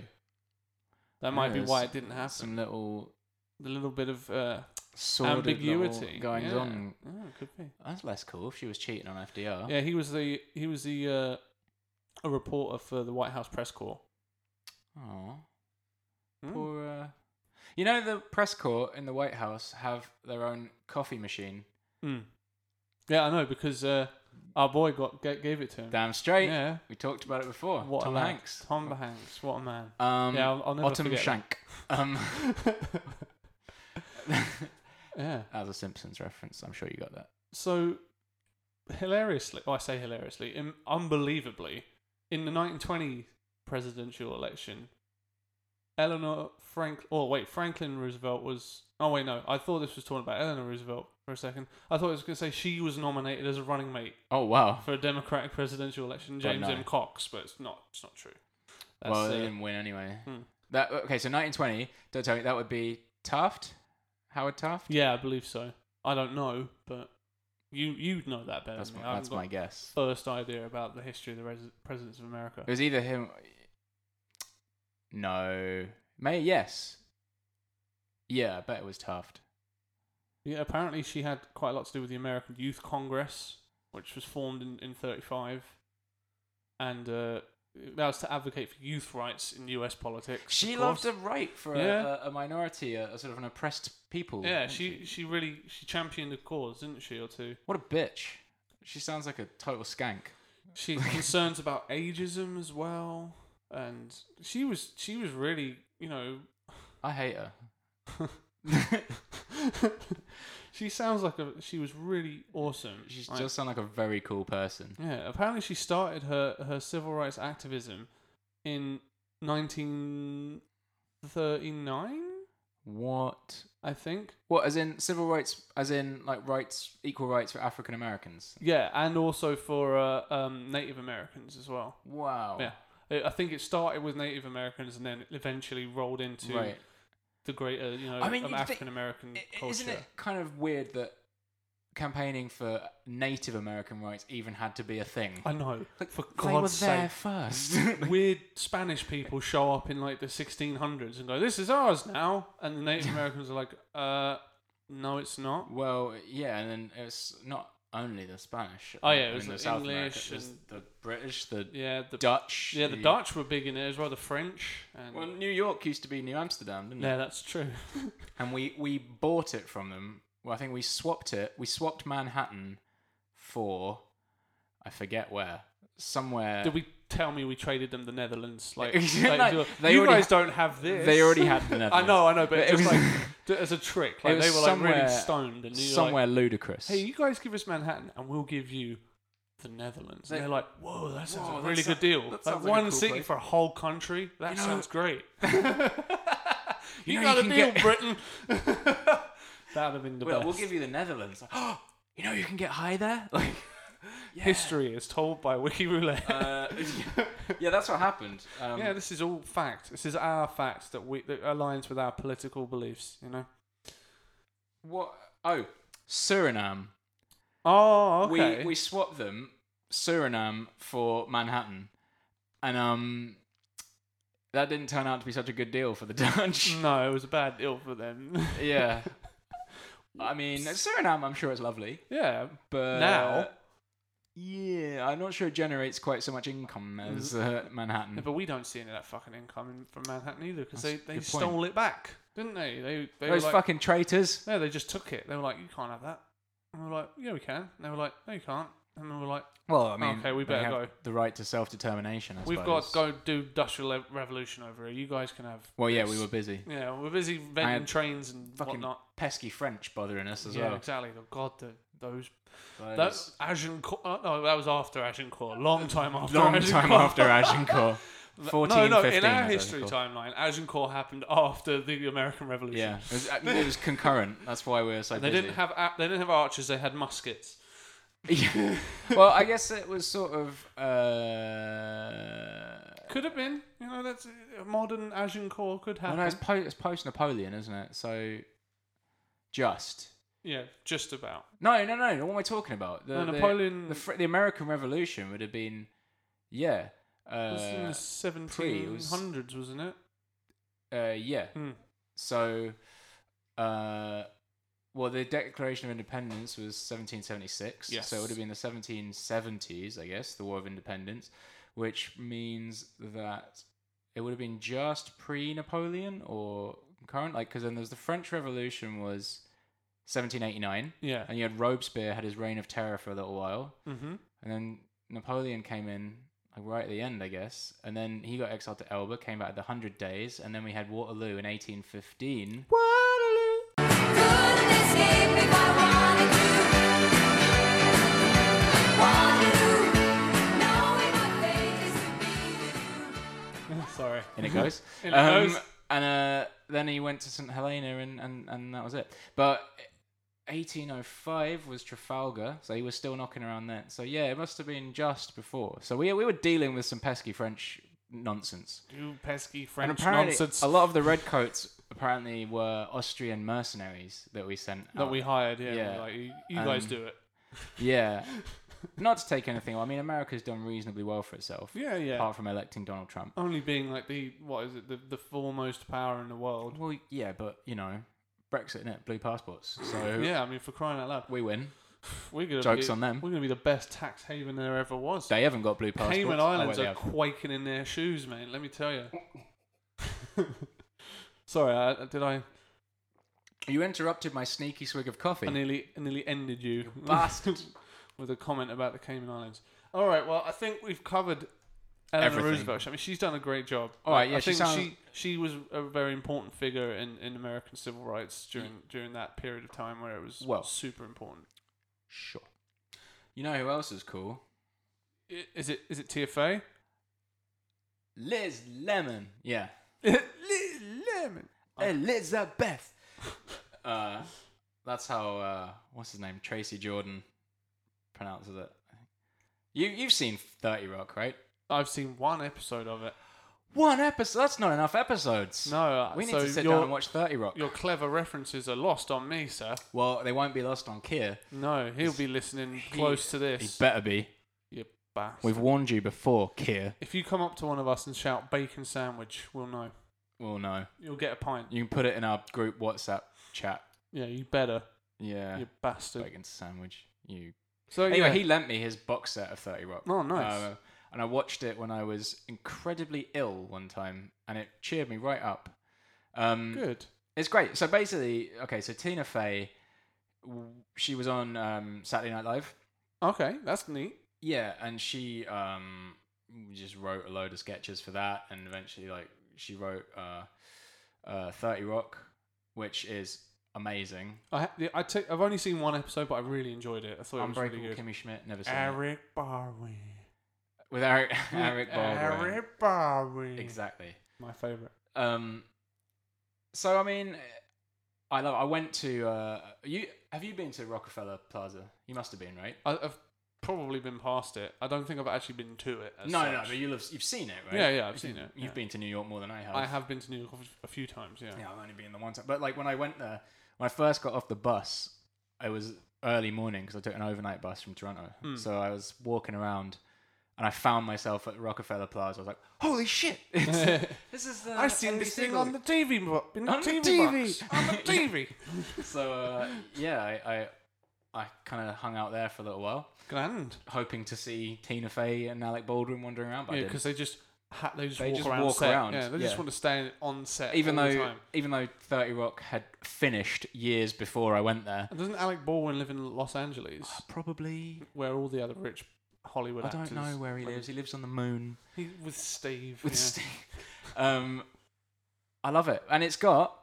A: That might be
B: Yeah,
A: why
B: s-
A: it didn't happen.
B: Some little
A: the little bit of uh,
B: sordid
A: ambiguity
B: going
A: yeah.
B: on.
A: Yeah, could be.
B: That's less cool if she was cheating on FDR.
A: Yeah, he was the he was the uh, a reporter for the White House press corps.
B: Aw.
A: Mm.
B: Poor. Uh... You know the press corps in the White House have their own coffee machine.
A: Mm. Yeah, I know because uh, our boy got ga- gave it to him.
B: Damn straight.
A: Yeah,
B: We talked about it before.
A: what
B: Oh, Tom
A: a lad.
B: Hanks. Oh.
A: Tom Hanks, what a man.
B: Um,
A: yeah, I'll, I'll never
B: Autumn
A: forget <laughs>
B: Shank. Um, <laughs>
A: that. <laughs> yeah.
B: that was a Simpsons reference. I'm sure you got that.
A: So hilariously, oh, I say hilariously, Im- unbelievably, in the 1920 presidential election, Eleanor Frank. Oh wait, Franklin Roosevelt was. Oh wait, no. I thought this was talking about Eleanor Roosevelt for a second. I thought it was going to say she was nominated as a running mate
B: Oh wow.
A: for a Democratic presidential election, James
B: no.
A: M. Cox, but it's not. It's not true. That's,
B: well, they
A: uh,
B: didn't win anyway.
A: hmm.
B: That okay? So 1920. Don't tell me that would be Taft, Howard Taft.
A: yeah, I believe so. I don't know, but you you know that better.
B: That's
A: than
B: my,
A: me. I haven't
B: that's
A: got
B: my guess.
A: first idea about the history of the res- presidents of America.
B: It was either him. No, May. Yes. Yeah, I bet it was Taft.
A: Yeah, apparently she had quite a lot to do with the American Youth Congress, which was formed in, in 35. And uh, that was to advocate for youth rights in US politics.
B: She
A: of
B: loved to
A: course.
B: write for
A: Yeah.
B: a, a minority, a, a sort of an oppressed people.
A: Yeah,
B: didn't
A: she, she really she championed the cause, didn't she, or two?
B: What a bitch. She sounds like a total skank.
A: She
B: <laughs>
A: concerns about ageism as well, and she was she was really you know <laughs>
B: I hate her.
A: she sounds like a she was really awesome.
B: <laughs> She
A: Like,
B: does sound like a very cool person.
A: Yeah, apparently she started her, her civil rights activism in 1939?
B: What?
A: I think.
B: What? As in civil rights? As in like rights, equal rights for African Americans?
A: Yeah, and also for uh, um, Native Americans as well.
B: Wow.
A: Yeah. I I think it started with Native Americans and then it eventually rolled into
B: Right.
A: the greater, you know,
B: I mean,
A: of
B: you'd think-
A: African American
B: I-
A: culture.
B: Isn't it kind of weird that campaigning for Native American rights even had to be a thing?
A: I know. for
B: they were
A: God's <laughs>
B: there
A: sake.
B: first.
A: Weird Spanish people show up in like the 1600s and go, "This is ours now," and the
B: <laughs>
A: Native Americans are like, "Uh, no, it's not."
B: well, yeah, and then it's not only the Spanish.
A: Oh, yeah, it
B: I
A: was
B: mean,
A: the English
B: there's
A: and-
B: the British, the
A: Yeah, the
B: Dutch.
A: yeah the Dutch were big in it as well. The French and
B: Well, New York used to be New Amsterdam, didn't
A: yeah,
B: it?
A: that's true.
B: And we we bought it from them. Well, I think we swapped it. We swapped Manhattan for I forget where, somewhere.
A: Did we tell me we traded them the Netherlands? Like,
B: <laughs> No,
A: like,
B: they
A: you
B: already
A: guys
B: ha-
A: don't have this.
B: They already had
A: <laughs>
B: the
A: I
B: Netherlands.
A: know, I know, but,
B: But
A: it
B: it
A: was
B: was-
A: like
B: <laughs>
A: d- as a trick. Like
B: it
A: they
B: was
A: were like
B: somewhere-
A: really stoned, and you're
B: somewhere ludicrous.
A: like, "Hey, you guys give us Manhattan, and we'll give you the Netherlands."
B: They-
A: and they're like, "Whoa, that sounds
B: Whoa,
A: a
B: that
A: really
B: sound-
A: good deal.
B: that
A: Like
B: sounds like a
A: one
B: cool
A: city
B: place."
A: for a whole country. That
B: <laughs> You know-
A: sounds great. you,
B: know
A: got
B: you
A: a
B: can
A: deal,
B: get- <laughs>
A: Britain." <laughs> That'd have been the
B: well,
A: best.
B: we'll give you the Netherlands. <gasps> Oh, you know you can get high there. <laughs> Like, yeah.
A: History is told by Wiki Roulette.
B: Uh, <laughs> yeah, that's what happened. Um,
A: yeah, this is all fact. This is our fact that we that aligns with our political beliefs. You know.
B: What? Oh, Suriname.
A: Oh, okay.
B: We we swapped them Suriname for Manhattan, and um, that didn't turn out to be such a good deal for the <laughs> Dutch.
A: no, it was a bad deal for them. <laughs>
B: <laughs> yeah. I mean, Suriname, I'm sure it's lovely,
A: yeah,
B: but
A: Now?
B: yeah, I'm not sure it generates quite so much income as uh, Manhattan.
A: Yeah, but we don't see any of that fucking income in- from Manhattan either because they,
B: That's a
A: they
B: good point.
A: stole it back, didn't they? They they
B: Those
A: were like,
B: fucking traitors.
A: no, they just took it. They were like, you can't have that. And we were like, yeah, we can. And they were like, no, you can't. And we were like,
B: Well, I mean,
A: Okay, we
B: they
A: better
B: have
A: go.
B: The right to self determination.
A: we've got to go do industrial Rev- revolution over here. You guys can have.
B: Well, yeah,
A: this."
B: we were busy.
A: Yeah, we're busy vending
B: had
A: trains and
B: Fucking
A: whatnot.
B: pesky French bothering us as
A: Yeah,
B: well.
A: exactly. Oh, God, the, those.
B: But
A: That
B: <laughs> it's
A: Agincourt. Oh, no, that was after Agincourt. Long time after.
B: long
A: Agincourt.
B: time after <laughs> Agincourt.
A: <laughs>
B: 14,
A: No, no.
B: 15
A: in our
B: was
A: history
B: Agincourt.
A: timeline, Agincourt happened after the American Revolution.
B: Yeah, it was, uh, it was concurrent. That's why we were so
A: They
B: busy.
A: didn't have a- they didn't have archers. They had muskets.
B: <laughs> Yeah. well, I guess it was sort of. Uh,
A: Could have been, you know, that's a modern Agincourt could
B: well,
A: happen.
B: no, it's, po- it's post Napoleon, isn't it? So, just.
A: yeah, just about.
B: No, no, no. no, What am I talking about? The,
A: No,
B: the-
A: Napoleon-
B: The, Fr- the American Revolution would have been. Yeah.
A: It was in the
B: Uh, pre, it was-
A: seventeen hundreds, was... not it?
B: uh, yeah.
A: Hmm.
B: So, uh, well, the Declaration of Independence was 1776.
A: Yes.
B: So it would have been the 1770s, I guess, the War of Independence, which means that it would have been just pre-Napoleon or current, like because then there's the French Revolution was 1789,
A: Yeah.
B: and you had Robespierre had his reign of terror for a little while,
A: Mm-hmm.
B: and then Napoleon came in. Like right at the end, I guess, and then he got exiled to Elba, came back at the Hundred Days, and then we had Waterloo in 1815.
E: Couldn't escape if I wanted to. Wanted to, knowing my fate is to be with you.
A: <laughs> Sorry.
B: in it goes.
A: In it
B: Um,
A: goes.
B: And uh, then he went to St Helena, and, and, and that was it. But 1805 was Trafalgar, so he was still knocking around then. So yeah, it must have been just before. So we we were dealing with some pesky French nonsense,
A: <laughs> You pesky French
B: and apparently
A: nonsense
B: a lot of the redcoats apparently were Austrian mercenaries that we sent.
A: that
B: out.
A: we hired. Yeah,
B: Yeah.
A: like you, you guys
B: Um,
A: do it.
B: yeah. Not to take anything. I mean, America's done reasonably well for itself,
A: Yeah, yeah.
B: apart from electing Donald Trump.
A: Only being like the what is it the, the foremost power in the world.
B: Well, yeah, but you know, Brexit, innit? Blue passports. So
A: Yeah, I mean for crying out loud,
B: we win.
A: we're gonna
B: Jokes
A: be,
B: on them.
A: We're gonna be the best tax haven there ever was.
B: They haven't got blue passports.
A: Cayman
B: Oh, wait,
A: Islands
B: they
A: are
B: have.
A: quaking in their shoes, mate. Let me tell
B: <laughs>
A: you. Sorry, I, did I?
B: You interrupted my sneaky swig of coffee.
A: I nearly, I nearly ended you, <laughs>
B: bastard.
A: with a comment about the Cayman Islands. All right, well, I think we've covered Eleanor
B: Everything.
A: Roosevelt. I mean, she's done a great job.
B: All right, yeah,
A: I
B: she
A: think
B: sounds-
A: she she was a very important figure in, in American civil rights during during that period of time where it was
B: Well.
A: super important.
B: Sure. You know who else is cool?
A: I- Is it is it TFA?
B: Liz Lemon. Yeah.
A: Liz Lemon.
B: Elizabeth. <laughs> uh, that's how uh, what's his name Tracy Jordan pronounces it. You you've seen Thirty Rock, right?
A: I've seen one episode of it.
B: One episode. That's not enough episodes.
A: No, uh,
B: we need
A: so
B: to sit
A: your-
B: down and watch Thirty Rock.
A: Your clever references are lost on me, sir.
B: Well, they won't be lost on Kier.
A: No, he'll be listening close to
B: He
A: this.
B: better be.
A: you bastard.
B: We've warned you before, Kier.
A: if you come up to one of us and shout bacon sandwich, we'll know.
B: Well, no.
A: You'll get a pint.
B: You can put it in our group WhatsApp chat.
A: Yeah, you better.
B: Yeah.
A: You bastard.
B: Bacon sandwich. You.
A: So
B: Anyway,
A: yeah,
B: he lent me his box set of Thirty Rock.
A: Oh, nice.
B: Uh, and I watched it when I was incredibly ill one time, and it cheered me right up. Um,
A: good.
B: It's great. So basically, okay. So Tina Fey, w- she was on um, Saturday Night Live.
A: Okay, that's neat.
B: Yeah, and she um just wrote a load of sketches for that, and eventually, like, she wrote uh, uh, Thirty Rock, which is amazing.
A: I ha- the- I t- I've only seen one episode, but I really enjoyed it. I thought it was
B: Unbreakable
A: really good.
B: Kimmy Schmidt, never seen it.
D: Eric Barwin.
A: <laughs>
B: with Eric <laughs> Eric Baldwin.
D: Eric Barwin.
B: Exactly.
A: My favorite.
B: Um, so I mean, I love. I went to uh, you. Have you been to Rockefeller Plaza? You must have been, right?
A: I, I've probably been past it. I don't think I've actually been to it. As
B: No,
A: such.
B: no, but you have, you've seen it, right?
A: Yeah, yeah, I've
B: You've-
A: seen it,
B: You've
A: yeah.
B: been to New York more than I have.
A: I have been to New York a few times. Yeah.
B: Yeah, I've only been the one time. But like when I went there, when I first got off the bus, it was early morning because I took an overnight bus from Toronto.
A: Hmm.
B: So I was walking around, and I found myself at Rockefeller Plaza. I was like, "Holy shit!
A: <laughs>
B: It's- this is the
A: I've seen this
B: NBC
A: thing on
B: building."
A: the TV, bo- in the
B: On the
A: TV,
B: TV.
A: box. on the
B: <laughs>
A: TV.
B: So uh, yeah, I I, I kind of hung out there for a little while,
A: Grand.
B: hoping to see Tina Fey and Alec Baldwin wandering around. But I
A: Yeah,
B: didn't.
A: because they just ha- they just
B: They
A: walk
B: just
A: around.
B: walk
A: set.
B: around,
A: Yeah, they just
B: yeah.
A: want to stay on set.
B: even
A: all the
B: though
A: time.
B: even though Thirty Rock had finished years before I went there, uh,
A: And doesn't Alec Baldwin live in Los Angeles,
B: probably
A: where all the other rich Hollywood
B: Ah, I don't
A: actors?
B: know where he lives. He lives on the moon.
A: He, with Steve.
B: with <laughs>
A: yeah.
B: Steve. Um, I love it, and it's got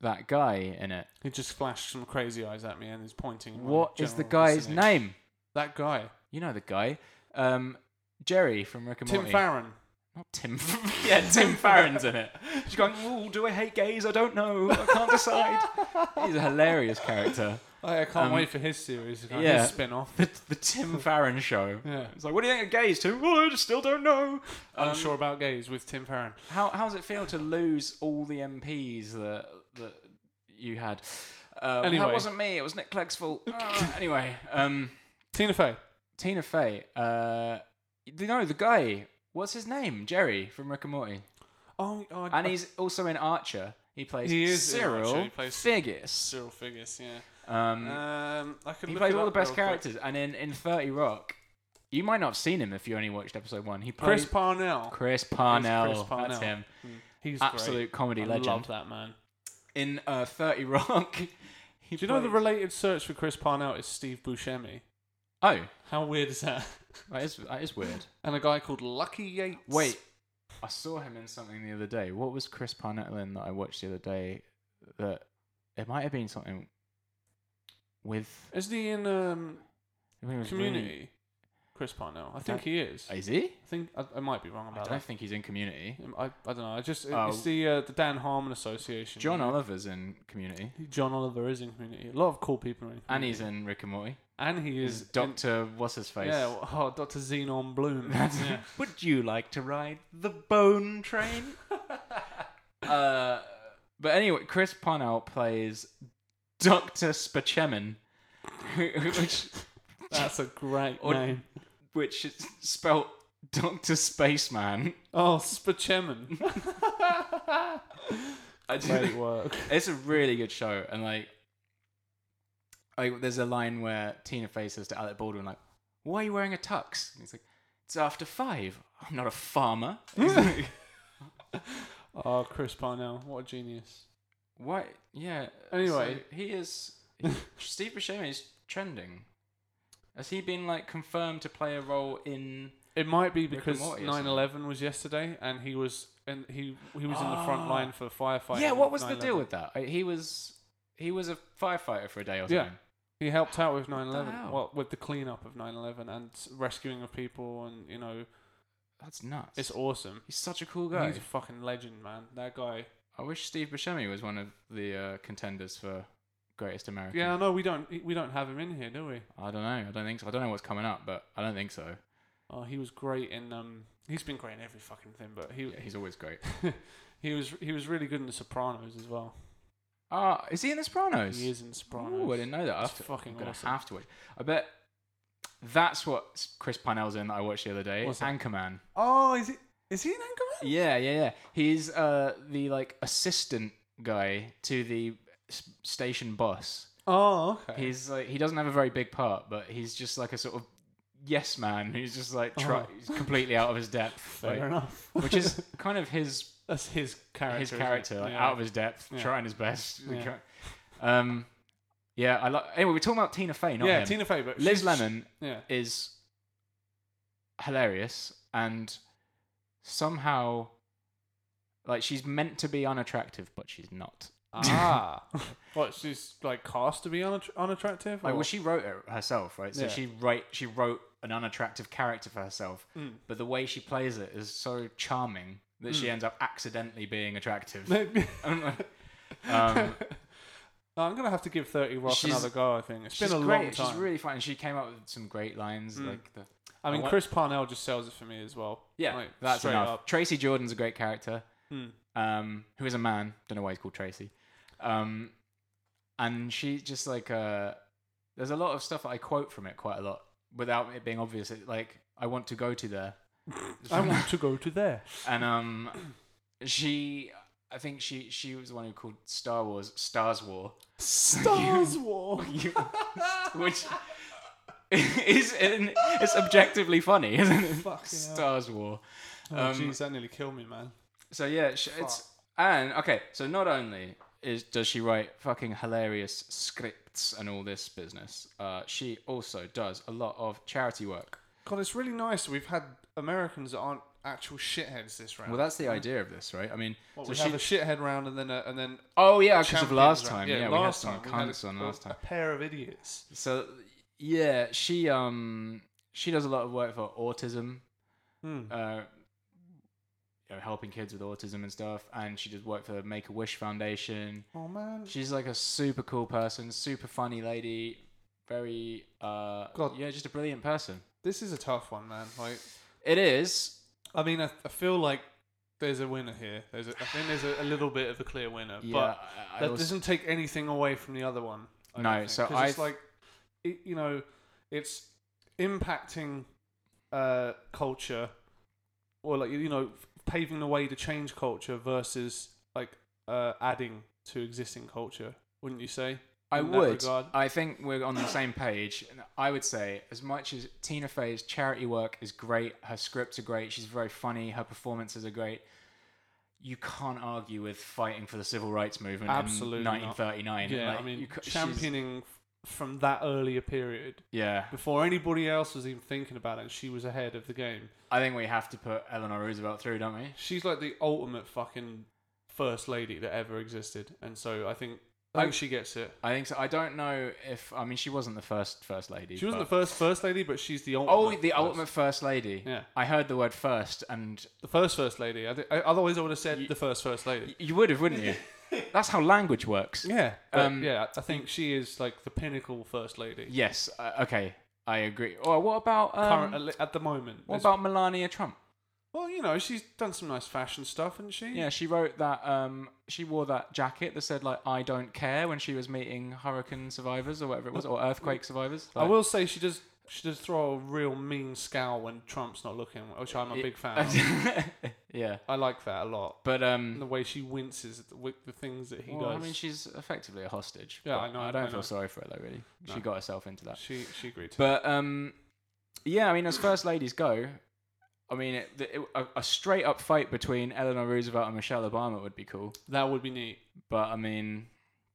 B: that guy in it.
A: He just flashed some crazy eyes at me and is pointing. in my
B: What is the
A: general
B: guy's
A: vicinity.
B: name?
A: That guy,
B: You know the guy, um, Jerry from Rick and
A: Tim
B: Morty.
A: Farron.
B: Not Tim. <laughs> yeah, Tim Farron's in it. She's going, "Oh, do I hate gays? I don't know. I
A: <laughs>
B: can't decide." <laughs> He's a hilarious character.
A: I, I can't
B: Um,
A: wait for his series. Like,
B: yeah.
A: His spin off.
B: The,
A: <laughs>
B: the Tim Farron show.
A: Yeah.
B: It's like, what do you think of gays, Tim? Well, I just still don't know. Um,
A: Unsure about gays with Tim Farron.
B: How how does it feel to lose all the MPs that that you had? Uh,
A: Anyway.
B: that wasn't me. It was Nick Clegg's fault. Ah, anyway, um,
A: Tina Fey.
B: Tina Fey. Uh, you know the guy. What's his name? Jerry from Rick and Morty,
A: Oh, oh I-
B: and he's also in Archer. He plays
A: He is in Archer.
B: Cyril
A: He plays-
B: Figgis.
A: <laughs> Cyril Figgis. Yeah.
B: Um,
A: Um, I could
B: he
A: look
B: plays
A: it
B: all the
A: up
B: best
A: real quick.
B: characters, and in in Thirty Rock, you might not have seen him if you only watched episode one. He plays
A: Chris Parnell.
B: Chris Parnell.
A: Parnell.
B: That's him.
A: He's
B: Absolute
A: great.
B: comedy
A: I
B: legend.
A: Love that man.
B: in uh,
A: <laughs>
B: 30 Rock. He
A: Do you know the
B: plays-
A: related search for Chris Parnell is Steve Buscemi?
B: Oh,
A: How weird is that? <laughs>
B: that is, that is weird.
A: And a guy called Lucky Yates.
B: Wait, I saw him in something the other day. What was Chris Parnell in that I watched the other day? That it might have been something with
A: isn't he in um,
B: I mean, it was really-
A: Community? Chris Parnell. I think
B: don't-
A: he is. I
B: Is he?
A: think I, I might be wrong
B: I
A: about
B: don't
A: that.
B: think he's in Community.
A: Um, I, I don't know. I just
B: Oh.
A: it's the uh, the Dan Harmon Association.
B: John Oliver's in Community,
A: John Oliver is in Community. A lot of cool people are in.
B: and
A: Community.
B: he's in Rick and Morty.
A: and he
B: He's
A: is in-
B: Doctor What's His Face.
A: yeah. well, Oh, Doctor Xenon
B: <laughs>
A: Bloom. yeah.
B: Would you like to ride the bone train? <laughs> uh, but anyway, Chris Parnell plays Doctor Spachemin, who- who- which
A: That's a great
B: Or-
A: name.
B: which is spelt Doctor Spaceman.
A: Oh,
B: <laughs>
A: Spachemin.
B: I do-
A: Great work.
B: It's a really good show, and like, like, there's a line where Tina Fey says to Alec Baldwin, like, "Why are you wearing a tux?" And he's like, "It's after five. I'm not a <laughs> farmer." He's like,
A: Oh, Chris Parnell, what a genius!
B: Why? Yeah.
A: Anyway.
B: so he is <laughs> Steve Buscemi is trending. Has he been like confirmed to play a role in?
A: It might be
B: and
A: because
B: Morty or
A: 9/11 was yesterday, and he was and he he was in the front line for firefighting.
B: Ah. yeah. What was the
A: 9/11.
B: deal with that? Uh, He was he was a firefighter for a day or something.
A: Yeah. He helped out with 9/11,
B: hell?
A: well, with the cleanup of 9/11 and s- rescuing of people, and you know,
B: That's nuts.
A: it's awesome.
B: He's such a cool guy.
A: He's a fucking legend, man. That guy.
B: I wish Steve Buscemi was one of the uh, contenders for Greatest American.
A: Yeah, no, we don't we don't have him in here, do we?
B: I don't know. I don't think so. I don't know what's coming up, but I don't think so.
A: Oh, he was great in um. He's been great in every fucking thing, but he
B: Yeah, he's always great.
A: he <laughs> was he was really good in The Sopranos as well.
B: Ah, is he in The Sopranos?
A: He is in Sopranos.
B: Oh, I didn't know that.
A: It's
B: After,
A: fucking
B: I'm gonna
A: awesome.
B: have to watch. I bet that's what s- Chris Parnell's in that I watched the other day.
A: What's that?
B: Anchorman.
A: Oh, is he is he an anchorman?
B: Yeah, yeah, yeah. He's uh the like assistant guy to the s- station boss.
A: Oh, okay.
B: He's like he doesn't have a very big part, but he's just like a sort of yes man who's just like try-
A: Oh.
B: he's completely out of his depth,
A: <laughs> Fair
B: like,
A: enough.
B: which is kind of his
A: <laughs> that's his character.
B: his
A: isn't it?
B: character, like,
A: Yeah.
B: out of his depth,
A: Yeah.
B: trying his best.
A: Yeah.
B: <laughs> Um, yeah, I like. Anyway, we're talking about Tina Fey, not
A: yeah,
B: him.
A: Tina Fey, but
B: Liz
A: she's-
B: Lemon
A: Yeah,
B: is hilarious and somehow like she's meant to be unattractive but she's not
A: Ah. <laughs> what, she's like cast to be unatt- unattractive?
B: like
A: or-
B: well she wrote it herself right so
A: Yeah.
B: she write she wrote an unattractive character for herself
A: Hmm. <laughs>
B: but the way she plays it is so charming that
A: Hmm.
B: she ends up accidentally being
A: <laughs>
B: attractive <laughs>
A: Maybe.
B: I'm like, um,
A: No, I'm going to have to give 30 Rock
B: She's-
A: another go, I think. It's
B: she's
A: been a
B: great
A: long time. Hmm.
B: she's really fun and she came up with some great lines like the
A: I mean,
B: I wa-
A: Chris Parnell just sells it for me as well.
B: Yeah,
A: Like,
B: that's
A: straight
B: enough.
A: up.
B: Tracy Jordan's a great character,
A: Hmm.
B: um, who is a man. Don't know why he's called Tracy. Um, and she just like uh, there's a lot of stuff that I quote from it quite a lot without it being obvious. It, like I want to go to there,
A: <laughs> I want to go to there.
B: <laughs> and um, she, I think she she was the one who called Star Wars Stars War,
A: <laughs>
B: <laughs>
A: Stars <laughs> War.
B: which <laughs> is it's objectively funny, isn't it?
A: hell.
B: Stars War.
A: Oh,
B: Um,
A: jeez, that nearly killed me, man.
B: So yeah, sh it's and okay. So not only is does she write fucking hilarious scripts and all this business, uh, she also does a lot of charity work.
A: God, it's really nice. We've had Americans that aren't actual shitheads this round.
B: Well, that's the idea of this, right? I mean,
A: Hmm. What,
B: so
A: we
B: she-
A: have a shithead round and then a, and then
B: oh yeah, because of
A: champions
B: last
A: round.
B: time, yeah, we had
A: last
B: some
A: time we had
B: cunts
A: a-
B: on last
A: a-
B: time.
A: A pair of idiots.
B: So yeah, she um she does a lot of work for autism,
A: Hmm.
B: uh, you know, helping kids with autism and stuff, and she does work for the Make a Wish Foundation.
A: Oh man,
B: She's like a super cool person, super funny lady, very uh
A: God.
B: yeah, just a brilliant person.
A: this is a tough one, man. Like,
B: It is.
A: I mean, I, I feel like there's a winner here. There's, a, I think there's a, a little bit of a clear winner,
B: Yeah,
A: but
B: I, I
A: that
B: also-
A: doesn't take anything away from the other one. I don't
B: No,
A: think,
B: so
A: 'cause it's
B: I've-
A: like, it, you know, it's impacting uh, culture, or like you know, paving the way to change culture versus like uh, adding to existing culture. Wouldn't you say?
B: I
A: in that
B: would.
A: regard.
B: I think we're on the same page. And I would say, as much as Tina Fey's charity work is great, her scripts are great, she's very funny, her performances are great. You can't argue with fighting for the civil rights movement
A: Absolutely
B: in
A: not.
B: 1939.
A: Yeah,
B: Like,
A: I mean,
B: you ca- she's-
A: championing f- from that earlier period
B: Yeah,
A: before anybody else was even thinking about it. She was ahead of the game.
B: I think we have to put Eleanor Roosevelt through, don't we?
A: She's like the ultimate fucking first lady that ever existed, and so I think I
B: I-
A: think she gets it.
B: I think so. I don't know if I mean she wasn't the first first lady.
A: She wasn't the
B: but-
A: first first lady, but she's the ultimate.
B: Oh, the
A: first.
B: ultimate first lady.
A: Yeah.
B: I heard the word first, and
A: the first first lady. I thi- I, otherwise, I would have said the first first lady.
B: y- you would have,
A: <laughs>
B: wouldn't you? That's how language works.
A: yeah, but
B: Um,
A: yeah. I think she is like the pinnacle first lady
B: Yes. Uh, okay. I agree. Or what about um,
A: currently at the moment.
B: what
A: It's-
B: about Melania Trump?
A: well, you know, she's done some nice fashion stuff, hasn't she?
B: Yeah, she wrote that. Um, she wore that jacket that said like "I don't care" when she was meeting hurricane survivors or whatever it was, or earthquake survivors.
A: I
B: Like-
A: will say she does. She does throw a real mean scowl when Trump's not looking, which I'm a big fan.
B: <laughs>
A: of.
B: yeah,
A: I like that a lot.
B: but um,
A: And the way she winces at the, with the things that he
B: Well,
A: does.
B: I mean, she's effectively a hostage.
A: Yeah,
B: but
A: I know,
B: I don't
A: I
B: feel
A: know.
B: sorry for her though. Really, she got herself into that.
A: she she agreed. To
B: But um, yeah, I mean, as first ladies go, I mean, it, it, a, a straight up fight between Eleanor Roosevelt and Michelle Obama would be cool.
A: that would be neat.
B: But I mean,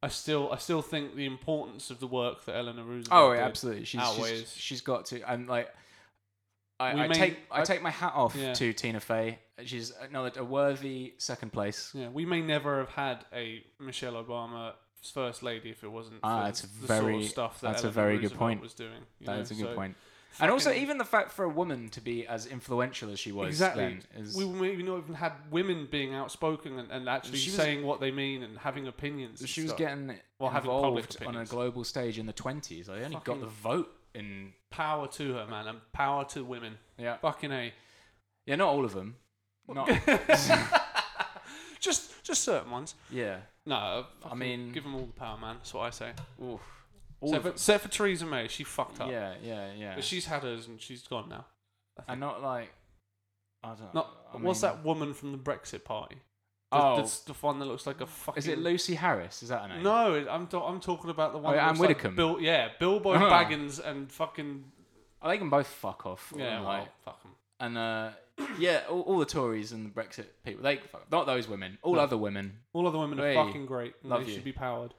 A: I still I still think the importance of the work that Eleanor Roosevelt.
B: oh,
A: did
B: yeah, absolutely, she's, she's
A: outweighs.
B: she's got to. And like, I,
A: We
B: I
A: may-
B: take I,
A: I-
B: take my hat off
A: Yeah.
B: to Tina Fey. She's acknowledged a worthy second place.
A: Yeah, we may never have had a Michelle Obama first lady if it wasn't
B: Ah,
A: for
B: it's
A: the
B: very-
A: sort of stuff that
B: that's a
A: Eleanor
B: very good
A: Roosevelt
B: point.
A: was doing. you know,
B: That's a good
A: so
B: point. and also, even the fact for a woman to be as influential as she was,
A: Exactly.
B: then is
A: We maybe not even had women being outspoken and, and actually
B: She was-
A: saying what they mean and having opinions. and
B: she was
A: stuff.
B: getting
A: Well, having public
B: involved on a
A: opinions.
B: global stage in the twenties. They only got
A: Fucking-
B: the vote in
A: power to her, man, and power to women.
B: yeah,
A: Fucking a.
B: yeah, not all of them. Not
A: <laughs> Just just certain ones.
B: <laughs> yeah,
A: No, I
B: mean-
A: mean, give them all the power, man. That's what I say.
B: Oof. all
A: Except
B: of
A: for, except for Theresa May, she fucked up.
B: them. Yeah, yeah, yeah.
A: But she's had hers and she's gone now.
B: and not like I don't know.
A: Not what's that woman from the Brexit party? The,
B: Oh.
A: the, the one that looks like a fucking.
B: Is it Lucy Harris? Is that her name?
A: No, it- I'm ta- I'm talking about the one.
B: Oh,
A: that
B: Anne
A: looks like
B: Widdecombe.
A: Bill, yeah, Bilbo
B: Oh.
A: Baggins and fucking
B: they can both fuck off.
A: yeah,
B: Yeah,
A: well, fuck 'em.
B: and uh, yeah, all, all the Tories and the Brexit people. They fuck, not those women. All other women.
A: All other women are
B: Hey,
A: fucking great. And
B: love
A: they
B: you.
A: should be powered,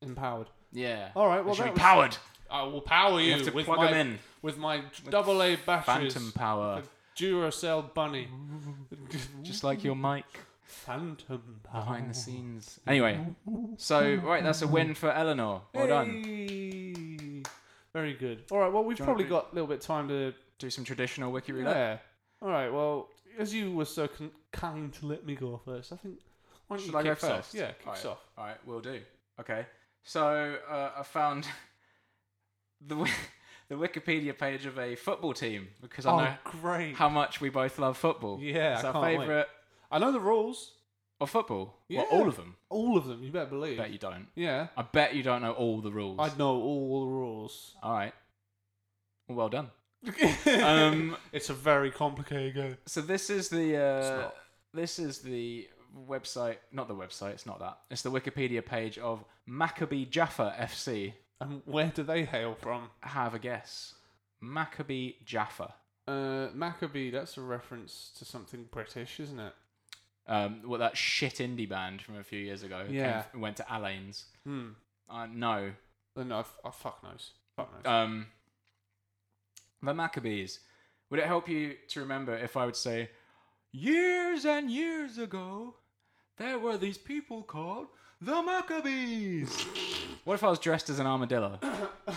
A: empowered.
B: Yeah.
A: All right,
B: They
A: well
B: should
A: that
B: be
A: was-
B: powered.
A: I will power you,
B: have to
A: with
B: plug
A: my
B: 'em in.
A: with my double A batteries.
B: Phantom power,
A: Duracell bunny.
B: <laughs> just like your mic
A: Phantom power. <laughs>
B: behind the scenes. Anyway, <laughs> so right, that's a win for Eleanor. Well done.
A: Hey. Very good. All right. Well, we've probably
B: do-
A: got a little bit time to.
B: Do some traditional wiki roulette.
A: Yeah. All right. Well, as you were so con- kind to let me go first, I think. Why don't
B: Should
A: you
B: I go
A: kick us off?
B: first?
A: Yeah,
B: All
A: kicks
B: right.
A: off.
B: All right, will do. Okay. So uh, I found <laughs> the wi- <laughs> the Wikipedia page of a football team because I know
A: Oh, great!
B: how much we both love football.
A: Yeah,
B: it's
A: I
B: our
A: can't wait.
B: favorite
A: I know the rules.
B: of football. Well,
A: Yeah.
B: all of them.
A: All of them. You better believe.
B: Bet you don't.
A: Yeah,
B: I bet you don't know all the rules.
A: I know all the rules.
B: All right.
A: <laughs>
B: Well done. um,
A: It's a very complicated game.
B: so this is the uh,
A: not.
B: this is the website. Not the website. It's not that. It's the Wikipedia page of Maccabi Jaffa FC.
A: And where do they hail from?
B: Have a guess. Maccabi Jaffa.
A: Uh, Maccabee. That's a reference to something British, isn't it?
B: Um, well, that shit indie band from a few years ago. who came
A: Yeah.
B: f- went to Alain's.
A: Hmm.
B: Uh, no.
A: Uh, No, f- oh, fuck knows. Fuck knows.
B: Um, the Maccabees. Would it help you to remember if I would say, years and years ago, there were these people called the Maccabees? what if I was dressed as an armadillo? Uh,
A: <laughs>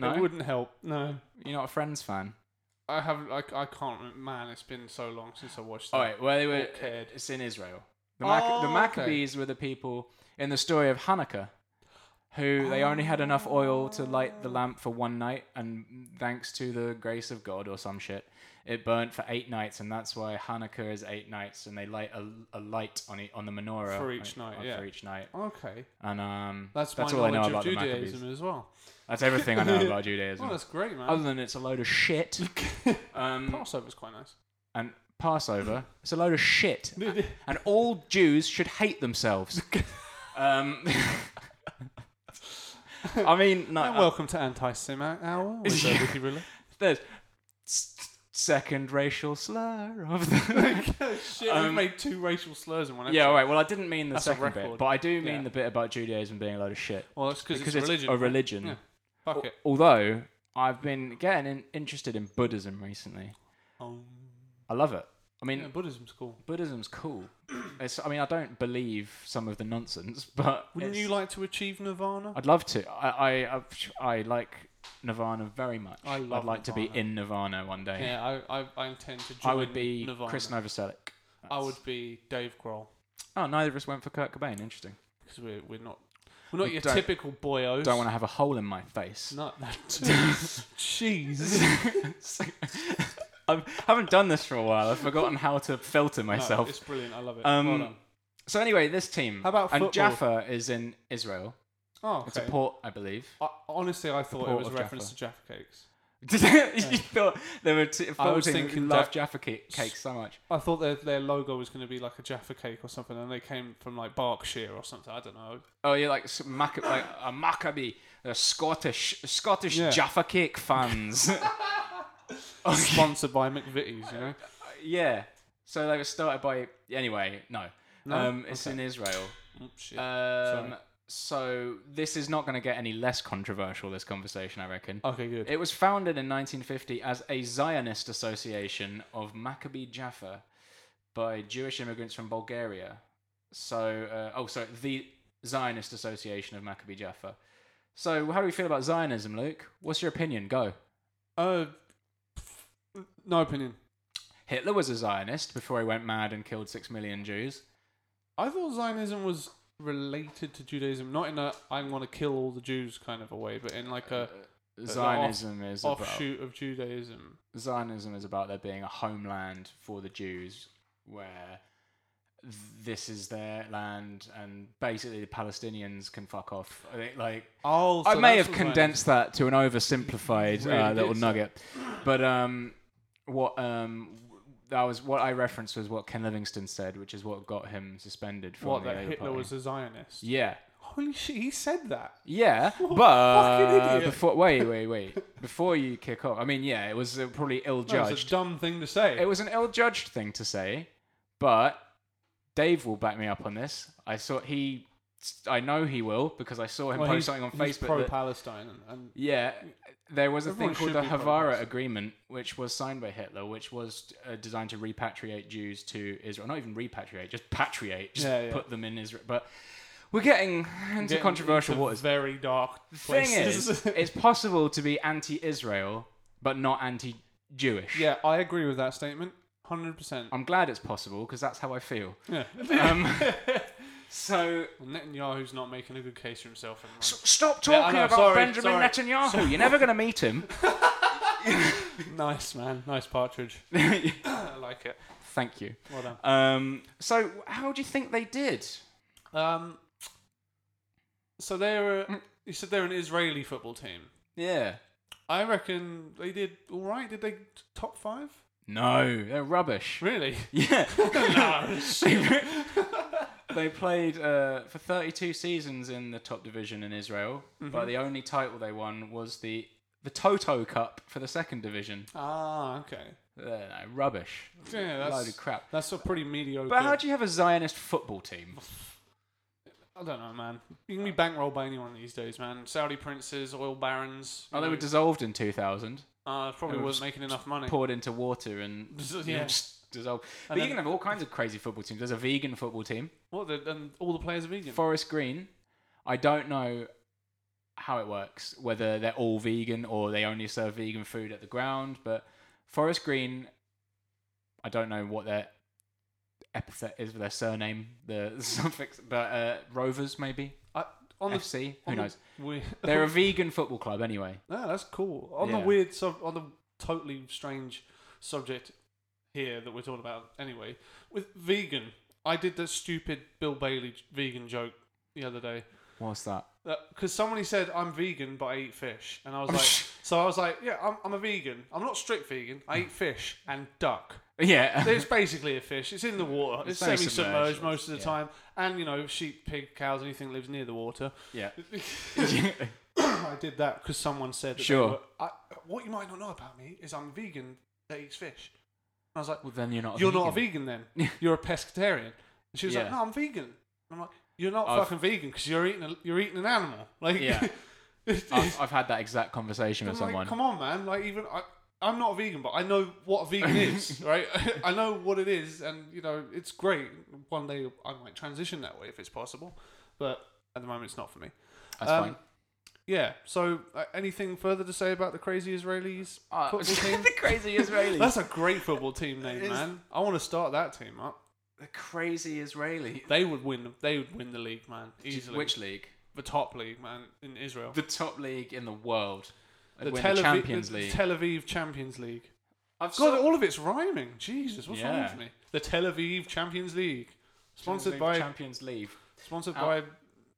B: no?
A: It wouldn't help. No.
B: You're not a Friends fan?
A: I have I, I can't rem- man it's been so long since I watched that.
B: All right, well, they were.
A: Or cared.
B: It's in Israel. The, Mac-
A: Oh,
B: the
A: okay.
B: Maccabees were the people in the story of Hanukkah who they only had enough oil to light the
A: Oh.
B: lamp for one night, and thanks to the grace of God or some shit, it burnt for eight nights, and that's why Hanukkah is eight nights, and they light a, a light on it on the menorah
A: For each
B: on-
A: night,
B: on-
A: yeah.
B: for each night,
A: Okay.
B: and um,
A: That's, my
B: all I
A: knowledge
B: know
A: of
B: about the Maccabees.
A: Judaism as well.
B: That's everything I know
A: <laughs>
B: about Judaism.
A: Oh, that's great, man.
B: Other than it's a load
A: <laughs>
B: of shit, um,
A: Passover's quite
B: <laughs>
A: nice.
B: and Passover, it's a load
A: <laughs>
B: of shit and all Jews should hate themselves. um, I mean, no,
A: And welcome to Anti-Sim Hour with uh,
B: <laughs> Yeah.
A: Wiki <laughs> Ruler.
B: there's s- second racial slur
A: <laughs>
B: of the.
A: Shit,
B: Um,
A: we've made two racial slurs in one episode.
B: yeah, all right. Well, I didn't mean the
A: That's a
B: second bit,
A: record.
B: but I do mean
A: Yeah.
B: the bit about Judaism being a load of shit.
A: Well, that's because
B: because
A: it's, religion.
B: a
A: right?
B: religion.
A: Yeah. Fuck it.
B: Although I've been getting in, interested in Buddhism recently.
A: Um,
B: I love it. I mean,
A: yeah, Buddhism's cool.
B: Buddhism's cool. It's, I mean, I don't believe some of the nonsense, but
A: Wouldn't
B: it's-
A: you like to achieve nirvana?
B: I'd love to. I I I've- I like Nirvana very much.
A: I love
B: would like to be
A: Nirvana.
B: in Nirvana one day.
A: yeah, I, I, I intend to join
B: I would be
A: Nirvana.
B: Chris Novoselic.
A: I would be Dave Grohl
B: Oh, neither of us went for Kurt Cobain. Interesting.
A: because we're, we're not we're not
B: We
A: your
B: don't-
A: typical boyos.
B: Don't want to have a hole in my <laughs> face.
A: Not that. <laughs> Jeez.
B: I haven't done this for a while. I've forgotten how to filter myself.
A: It's brilliant. I love it.
B: Um,
A: well done.
B: so anyway, this team.
A: How about
B: and
A: football?
B: Jaffa is in Israel.
A: Oh, okay.
B: It's a port,
A: <laughs>
B: I believe.
A: I, honestly, I thought it
B: port
A: was a
B: of
A: reference
B: Jaffa.
A: to Jaffa cakes.
B: <laughs> you thought there were two,
A: I was
B: football team
A: thinking
B: love
A: that-
B: Jaffa cake, cake so much.
A: I thought their their logo was going to be like a Jaffa cake or something, and they came from like Berkshire or something. I don't
B: <laughs>
A: know.
B: Oh, you're like some Mac- like a Maccabi, a Scottish Scottish
A: Yeah.
B: Jaffa
A: <laughs>
B: cake fans.
A: Sponsored by McVitie's, you know.
B: yeah. So they were started by anyway. No, um, it's
A: Okay.
B: in Israel.
A: Oh, shit.
B: Um, so this is not going to get any less controversial. This conversation, I reckon.
A: okay, good.
B: It was founded in 1950 as a Zionist association of Maccabi Jaffa by Jewish immigrants from Bulgaria. So, uh, oh, sorry, the Zionist Association of Maccabi Jaffa. So, how do we feel about Zionism, Luke? What's your opinion? Go.
A: Uh, no opinion.
B: Hitler was a Zionist before he went mad and killed six million Jews.
A: I thought Zionism was related to Judaism, not in a I want to kill all the Jews kind of a way, but in like a
B: Zionism is about
A: offshoot of Judaism.
B: Zionism is about there being a homeland for the Jews where this is their land and basically the Palestinians can fuck off. I think like
A: Oh,
B: I may have condensed that to an
A: <laughs>
B: oversimplified
A: Really
B: uh, little
A: did, sir.
B: nugget, but um, what um, that was what I referenced was what Ken Livingstone said, which is what got him suspended from
A: What
B: the
A: that
B: Labour
A: Hitler
B: Party.
A: was a Zionist.
B: Yeah,
A: Holy shit, he said that.
B: yeah,
A: <laughs> What a fucking
B: but uh,
A: idiot.
B: before wait, wait, wait, before you kick off, I mean, yeah, it was uh, probably
A: <laughs> That
B: ill-judged.
A: was a dumb thing to say.
B: It was an ill-judged thing to say, but Dave will back me up on this. I saw he, I know he will because I saw him
A: Well,
B: post
A: he's-
B: something on
A: he's
B: Facebook. that-
A: pro-Palestine, and, and
B: yeah, there was a
A: Everyone
B: thing
A: should
B: called the
A: be
B: Havara
A: pro-Palestine.
B: Agreement, which was signed by Hitler, which was uh, designed to repatriate Jews to Israel. Not even repatriate, just patriate, just
A: Yeah, yeah.
B: put them in Israel. But we're getting into controversial
A: into
B: waters.
A: Very dark.
B: thing
A: places.
B: is, it's possible to be anti-Israel but not
A: <laughs>
B: anti-Jewish.
A: yeah, I agree with that statement, hundred percent.
B: I'm glad it's possible because that's how I feel.
A: Yeah,
B: <laughs> Um, so
A: Netanyahu's not making a good case for himself. Anymore.
B: s- stop
A: Yeah, I
B: talking
A: know,
B: about
A: sorry,
B: Benjamin
A: sorry.
B: Netanyahu. You're never going to meet him.
A: <laughs>
B: <laughs>
A: nice man, nice partridge.
B: <coughs>
A: I like it.
B: Thank you.
A: Well done.
B: Um, so how do you think they did?
A: Um, so they're
B: Mm.
A: a- you said they're an Israeli football team.
B: Yeah.
A: I reckon they did all right. Did they top five?
B: No, they're rubbish. <laughs>
A: Really? <laughs>
B: Yeah.
A: No.
B: they, they played uh, for 32 seasons in the top division in Israel, but the only title they won was the the Toto Cup for the second division.
A: ah, okay.
B: Uh, no, rubbish.
A: Yeah, that's
B: Load of crap.
A: That's a pretty mediocre.
B: But how do you have a Zionist football team?
A: I don't know, man. You can be bankrolled by anyone these days, man. Saudi princes, oil barons. you
B: Oh, they were
A: know,
B: dissolved in 2000,
A: uh, probably
B: were
A: wasn't making enough money.
B: poured into water, and
A: <laughs> Yeah.
B: just dissolved. But
A: And
B: you
A: then-
B: can have all kinds of crazy football teams. There's a vegan football team.
A: What? The, and all the players are vegan.
B: Forest Green. I don't know how it works, whether they're all vegan or they only serve vegan food at the ground, but Forest Green, I don't know what their epithet is for their surname, the <laughs> suffix, but uh, Rovers maybe?
A: I, on the
B: FC?
A: on the
B: Who knows?
A: Weird, <laughs>
B: They're a vegan football club anyway.
A: no, that's cool. On
B: Yeah.
A: the weird, sub, on the totally strange subject here that we're talking about. Anyway, with vegan, I did the stupid Bill Bailey j- vegan joke the other day.
B: What's that?
A: because somebody said I'm vegan but I eat fish, and I was like,
B: <laughs>
A: so I was like, yeah, I'm, I'm a vegan. I'm not strict vegan. I eat fish and
B: <laughs>
A: duck.
B: Yeah.
A: It's basically a fish. It's in the water. It's,
B: It's very
A: semi-submerged
B: submerged,
A: most of the
B: yeah.
A: time, and you know, sheep, pig, cows, anything that lives near the water.
B: <laughs>
A: <laughs>
B: yeah.
A: I did that because someone said, that they
B: Sure.
A: were- I, what you might not know about me is I'm vegan that eats fish. And I was like,
B: well, then you're not a
A: you're
B: Oh, vegan.
A: not a vegan then.
B: <laughs>
A: You're a pescatarian. And she was
B: Yeah.
A: like, no, I'm vegan. And I'm like, you're not
B: I've-
A: fucking vegan because you're eating a, you're eating an animal. <laughs> Like,
B: Yeah.
A: it's-
B: I've, I've had that exact conversation with
A: I'm like,
B: someone.
A: come on, man. Like, even I, I'm not a vegan, but I know what a
B: <laughs>
A: vegan is, right? <laughs> I know what it is, and you know, it's great. One day I might transition that way if it's possible, but at the moment it's not for me.
B: That's
A: um,
B: fine.
A: Yeah. So, uh, anything further to say about the crazy Israelis
B: Uh, <laughs>
A: football team?
B: the crazy Israelis.
A: That's a great football team name,
B: It's-
A: man. I want to start that team up.
B: the crazy Israeli.
A: They would win. They would win the league, man, easily.
B: Which league?
A: the top league, man, in Israel.
B: the top league in the world.
A: The
B: win
A: Tel
B: the
A: Aviv-
B: Champions
A: the
B: League.
A: Tel Aviv Champions League.
B: I've
A: God,
B: saw-
A: all of it's rhyming. Jesus, what's wrong
B: Yeah.
A: with me? The Tel Aviv Champions League, sponsored by
B: Champions League.
A: sponsored
B: Al-
A: by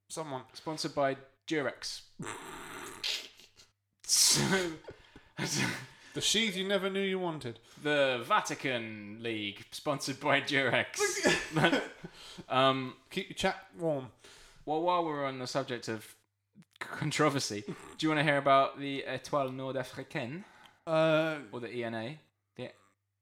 A: someone.
B: Sponsored by
A: <laughs>
B: Durex. so,
A: The sheath you never knew you wanted.
B: the Vatican League, sponsored
A: <laughs>
B: by Durex. um,
A: Keep your chat warm.
B: well, while we're on the subject of controversy, do you want to hear about the Etoile Nord Africaine
A: Uh,
B: or the ENA, the,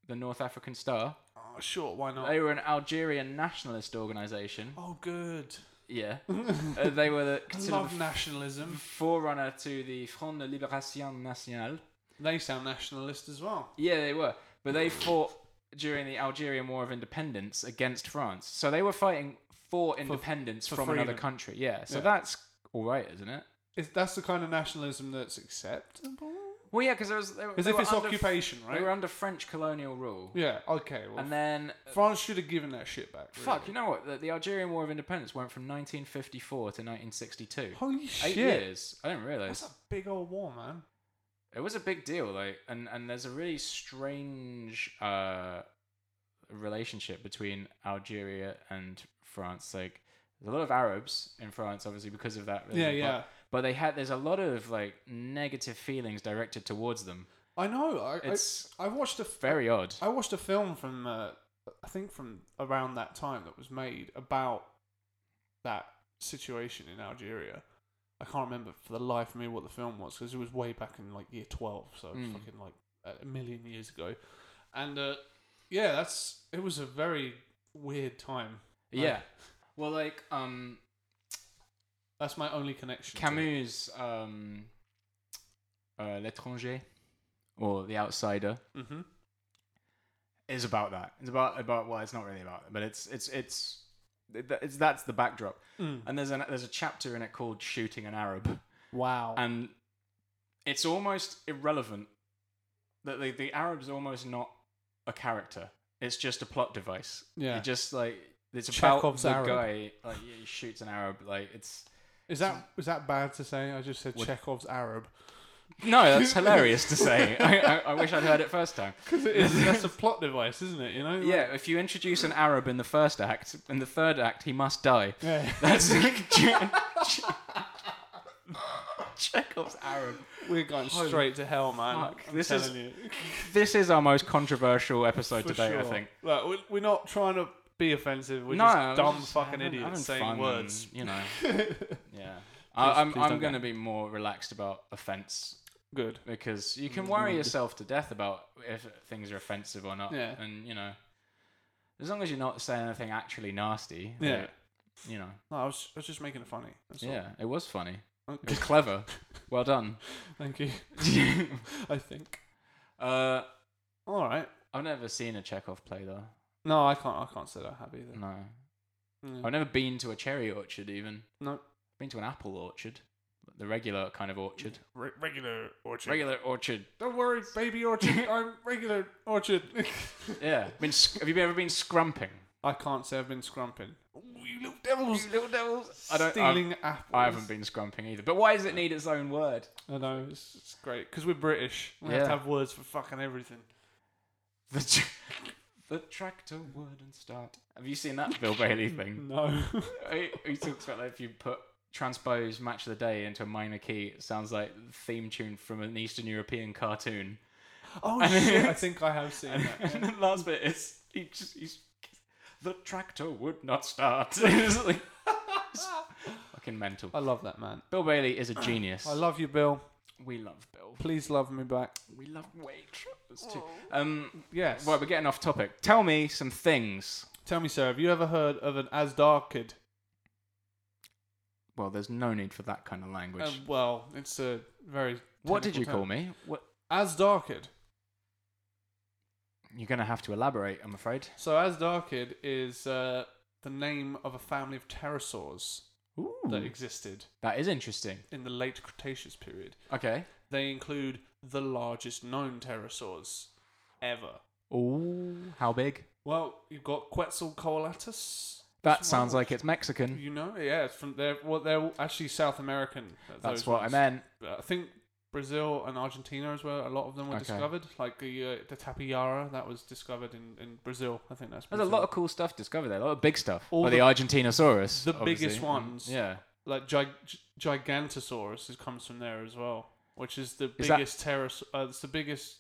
B: the North African Star?
A: oh, sure, why not?
B: They were an Algerian nationalist organisation.
A: Oh, good. <laughs>
B: Yeah, Uh, they were the,
A: I
B: considered
A: love nationalism.
B: forerunner to the Front de Libération Nationale.
A: They sound nationalist as well.
B: Yeah, they were. But they fought during the Algerian War of Independence against France. So they were fighting for independence
A: for
B: from another
A: freedom.
B: country. Yeah, so
A: Yeah.
B: that's all right, isn't it?
A: Is that's the kind of nationalism that's acceptable?
B: Well, yeah, because there was. They, were-
A: As
B: they
A: if
B: were
A: it's
B: under-
A: occupation, right?
B: They were under French colonial rule.
A: Yeah. Okay. Well,
B: And then
A: France should have given that shit back. really.
B: Fuck, you know what? The, the Algerian War of Independence went from 1954 to 1962.
A: Holy
B: Eight
A: shit.
B: years. I didn't
A: That's
B: realize.
A: a big old war, man.
B: It was a big deal, like, and and there's a really strange uh, relationship between Algeria and France. Like, there's a lot of Arabs in France, obviously, because of that.
A: Yeah,
B: but-
A: yeah.
B: But they had there's a lot of like negative feelings directed towards them.
A: I know. I,
B: It's
A: I, I watched a f-
B: very odd.
A: I watched a film from uh, I think from around that time that was made about that situation in Algeria. I can't remember for the life of me what the film was because it was way back in like year twelve, so it was
B: Mm.
A: fucking like a million years ago. And uh, yeah, that's it was a very weird time.
B: Yeah. Well, like um,
A: That's my only connection. to it.
B: Camus, um, uh, L'étranger, or The Outsider,
A: Mhm.
B: is about that. It's about about well, it's not really about it, but it's it's it's it's that's the backdrop.
A: Mm.
B: And there's an there's a chapter in it called "Shooting an Arab,"
A: Wow.
B: and it's almost irrelevant that the the Arab's almost not a character. It's just a plot device.
A: Yeah.
B: You just like it's
A: Chekhov's
B: about
A: Arab.
B: the guy like he shoots an Arab like it's
A: is that is that bad to say? I just said Chekhov's
B: <laughs>
A: Arab.
B: No,
A: <laughs>
B: that's hilarious to say. I, I, I wish I'd heard it first time.
A: It is, that's a plot device, isn't it? You know. Like-
B: Yeah, if you introduce an Arab in the first act, in the third act, he must die.
A: Yeah. <laughs>
B: That's Chekhov's Arab.
A: We're going straight to hell, man.
B: fuck.
A: I'm
B: This is-
A: telling you.
B: This is our most controversial episode
A: For
B: to date, I
A: sure.
B: think.
A: Like, we're, we're not trying to be offensive. We're
B: no,
A: just
B: I was
A: dumb
B: just
A: fucking
B: having-
A: idiots
B: having
A: saying
B: fun
A: words.
B: and, you know, yeah. I, I'm,
A: please
B: I'm
A: don't
B: going to
A: go.
B: be more relaxed about offense
A: <laughs> Good.
B: because you
A: Mm,
B: can worry yourself to death about if things are offensive or not.
A: Yeah.
B: And, you know, as long as you're not saying anything actually nasty,
A: Yeah.
B: like, you know,
A: No, I was, I was just making it funny. That's all.
B: yeah, it was funny. It
A: Okay.
B: was clever. well done. <laughs>
A: Thank you. I think.
B: uh,
A: All right.
B: I've never seen a Chekhov play, though.
A: No, I can't. I can't say that I have either.
B: No.
A: Yeah.
B: I've never been to a cherry orchard, even.
A: No.
B: been to an apple orchard. The regular kind of orchard.
D: Re- regular orchard.
B: Regular orchard.
A: Don't worry, baby
B: <laughs>
A: orchard. I'm regular orchard. <laughs>
B: Yeah. Been, sc- have you ever been scrumping?
A: I can't say I've been scrumping.
D: You little devils.
B: Little devils. I don't. I've,
A: Stealing apples.
B: I haven't been scrumping either. But why does it need its own word?
A: I know it's, it's great because we're British. We have to
B: Yeah.
A: have words for fucking everything.
B: The, tr- the tractor wouldn't start. Have you seen that Bill Bailey thing?
A: No.
B: He, he talks about that if you put transpose match of the day into a minor key, it sounds like the theme tune from an Eastern European cartoon.
A: <laughs> <laughs> oh
B: And
A: shit! I
B: it's-
A: think I have seen
B: And,
A: that.
B: and the last bit is he just he's the tractor would not start. <laughs> It's like- it's fucking mental.
A: I love that man.
B: Bill Bailey is a genius.
A: <clears throat> I love you, Bill.
B: we love Bill.
A: Please love me back.
B: We love Waitrose too. Um,
A: Yes.
B: right, we're getting off topic. Tell me some things.
A: Tell me, sir, have you ever heard of an Asdar kid?
B: Well, there's no need for that kind of language.
A: Uh, well, it's a very.
B: what did you call me? What
A: Asdar kid.
B: you're gonna have to elaborate, I'm afraid.
A: So Asdar kid is uh, the name of a family of pterosaurs
B: Ooh,
A: that existed
B: that is interesting.
A: in the late Cretaceous period.
B: Okay.
A: They include the largest known pterosaurs ever.
B: Ooh, how big?
A: Well, you've got Quetzalcoatlus.
B: That sounds like it's Mexican.
A: You know, yeah, it's from they're well, they're actually South American. uh,
B: That's
A: those
B: what I
A: ones.
B: meant.
A: Uh, I think Brazil and Argentina is where a lot of them were
B: Okay.
A: discovered. Like the uh, the tapirara that was discovered in, in Brazil. I think that's
B: There's a
A: Brazil.
B: lot of cool stuff discovered there. A lot of big stuff.
A: All
B: Or the,
A: the-
B: Argentinosaurus.
A: the
B: obviously.
A: biggest ones.
B: Yeah.
A: like gig- Gigantosaurus is, comes from there as well, which is the
B: Is that-
A: biggest pteros. Uh, it's the biggest.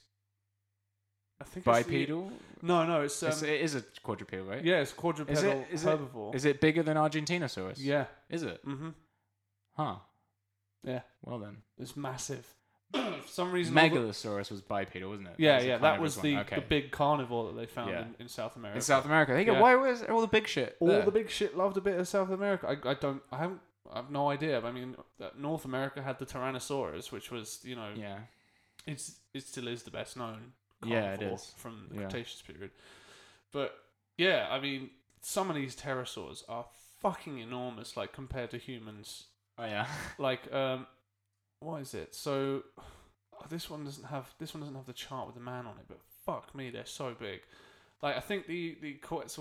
A: I think it's the-
B: Bipedal.
A: no, no, it's, um,
B: It's- it is a quadrupedal, right?
A: yeah, it's quadrupedal
B: Is it, is, it,
A: herbivore.
B: is it bigger than Argentinosaurus?
A: yeah,
B: Is it?
A: mm-hmm,
B: Huh.
A: yeah,
B: Well then.
A: it's massive. <clears throat> For some reason, all the-
B: Megalosaurus was bipedal, wasn't it?
A: Yeah,
B: a
A: yeah, that
B: carnivorous
A: was
B: one.
A: the,
B: Okay.
A: the big carnivore that they found
B: Yeah.
A: in, in South America.
B: in South America. They go,
A: Yeah.
B: why was all the big shit?
A: All
B: there?"
A: the big shit loved a bit of South America. I, I don't, I haven't, I have no idea. I mean, that North America had the Tyrannosaurus, which was, you know,
B: Yeah.
A: it's it still is the best known carnivore
B: Yeah, it is.
A: from the
B: Yeah.
A: Cretaceous period. But yeah, I mean, some of these pterosaurs are fucking enormous, like <laughs> compared to humans.
B: Oh yeah.
A: Like, um, what is it? So, <sighs> This one doesn't have this one doesn't have the chart with the man on it, but fuck me, they're so big. Like I think the the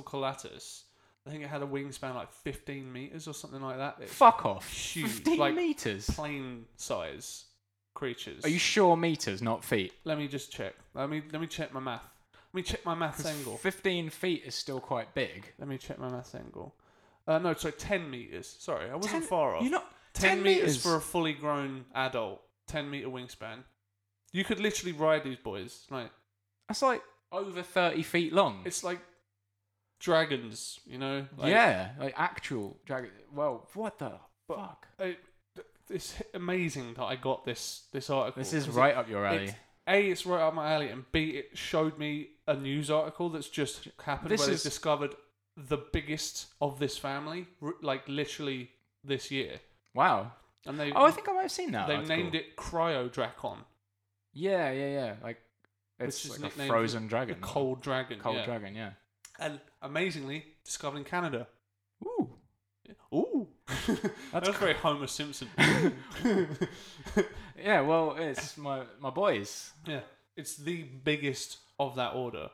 A: Quetzalcoatlus, I think it had a wingspan like 15 meters or something like that. It's
B: Fuck off.
A: huge,
B: 15
A: like
B: meters.
A: plane size creatures.
B: Are you sure meters, not feet?
A: let me just check. Let me let me check my math. Let me check my maths angle.
B: 15 feet is still quite big.
A: Let me check my maths angle. Uh, no, so 10 meters. Sorry, I wasn't
B: 10
A: far off.
B: You're not
A: 10,
B: 10
A: meters.
B: meters
A: for a fully grown adult, 10 meter wingspan. You could literally ride these boys. Like
B: That's like over 30 feet long.
A: it's like dragons, you know. Like,
B: yeah, like actual dragon. Well, what the fuck?
A: I- th- it's amazing that I got this this article.
B: This is
A: 'cause
B: right up your
A: it-
B: alley.
A: it's- A, it's right up my alley, and B, it showed me a news article that's just happened
B: This
A: where
B: is-
A: they've discovered the biggest of this family, r- like literally this year,
B: wow.
A: and they
B: Oh, I think I might have seen that.
A: they
B: article.
A: named it Cryodracon,
B: Yeah, yeah, yeah. Like it's
A: which is
B: like a
A: nicknamed
B: frozen
A: the-
B: dragon.
A: the cold dragon,
B: cold
A: yeah.
B: dragon. Yeah.
A: and amazingly discovered in Canada.
B: Ooh.
A: <laughs> Ooh, that's
B: That's-
A: very Homer <laughs> Simpson.
B: <laughs> Yeah. Well, it's my
A: <sighs>
B: my boys.
A: yeah, it's the biggest of that order.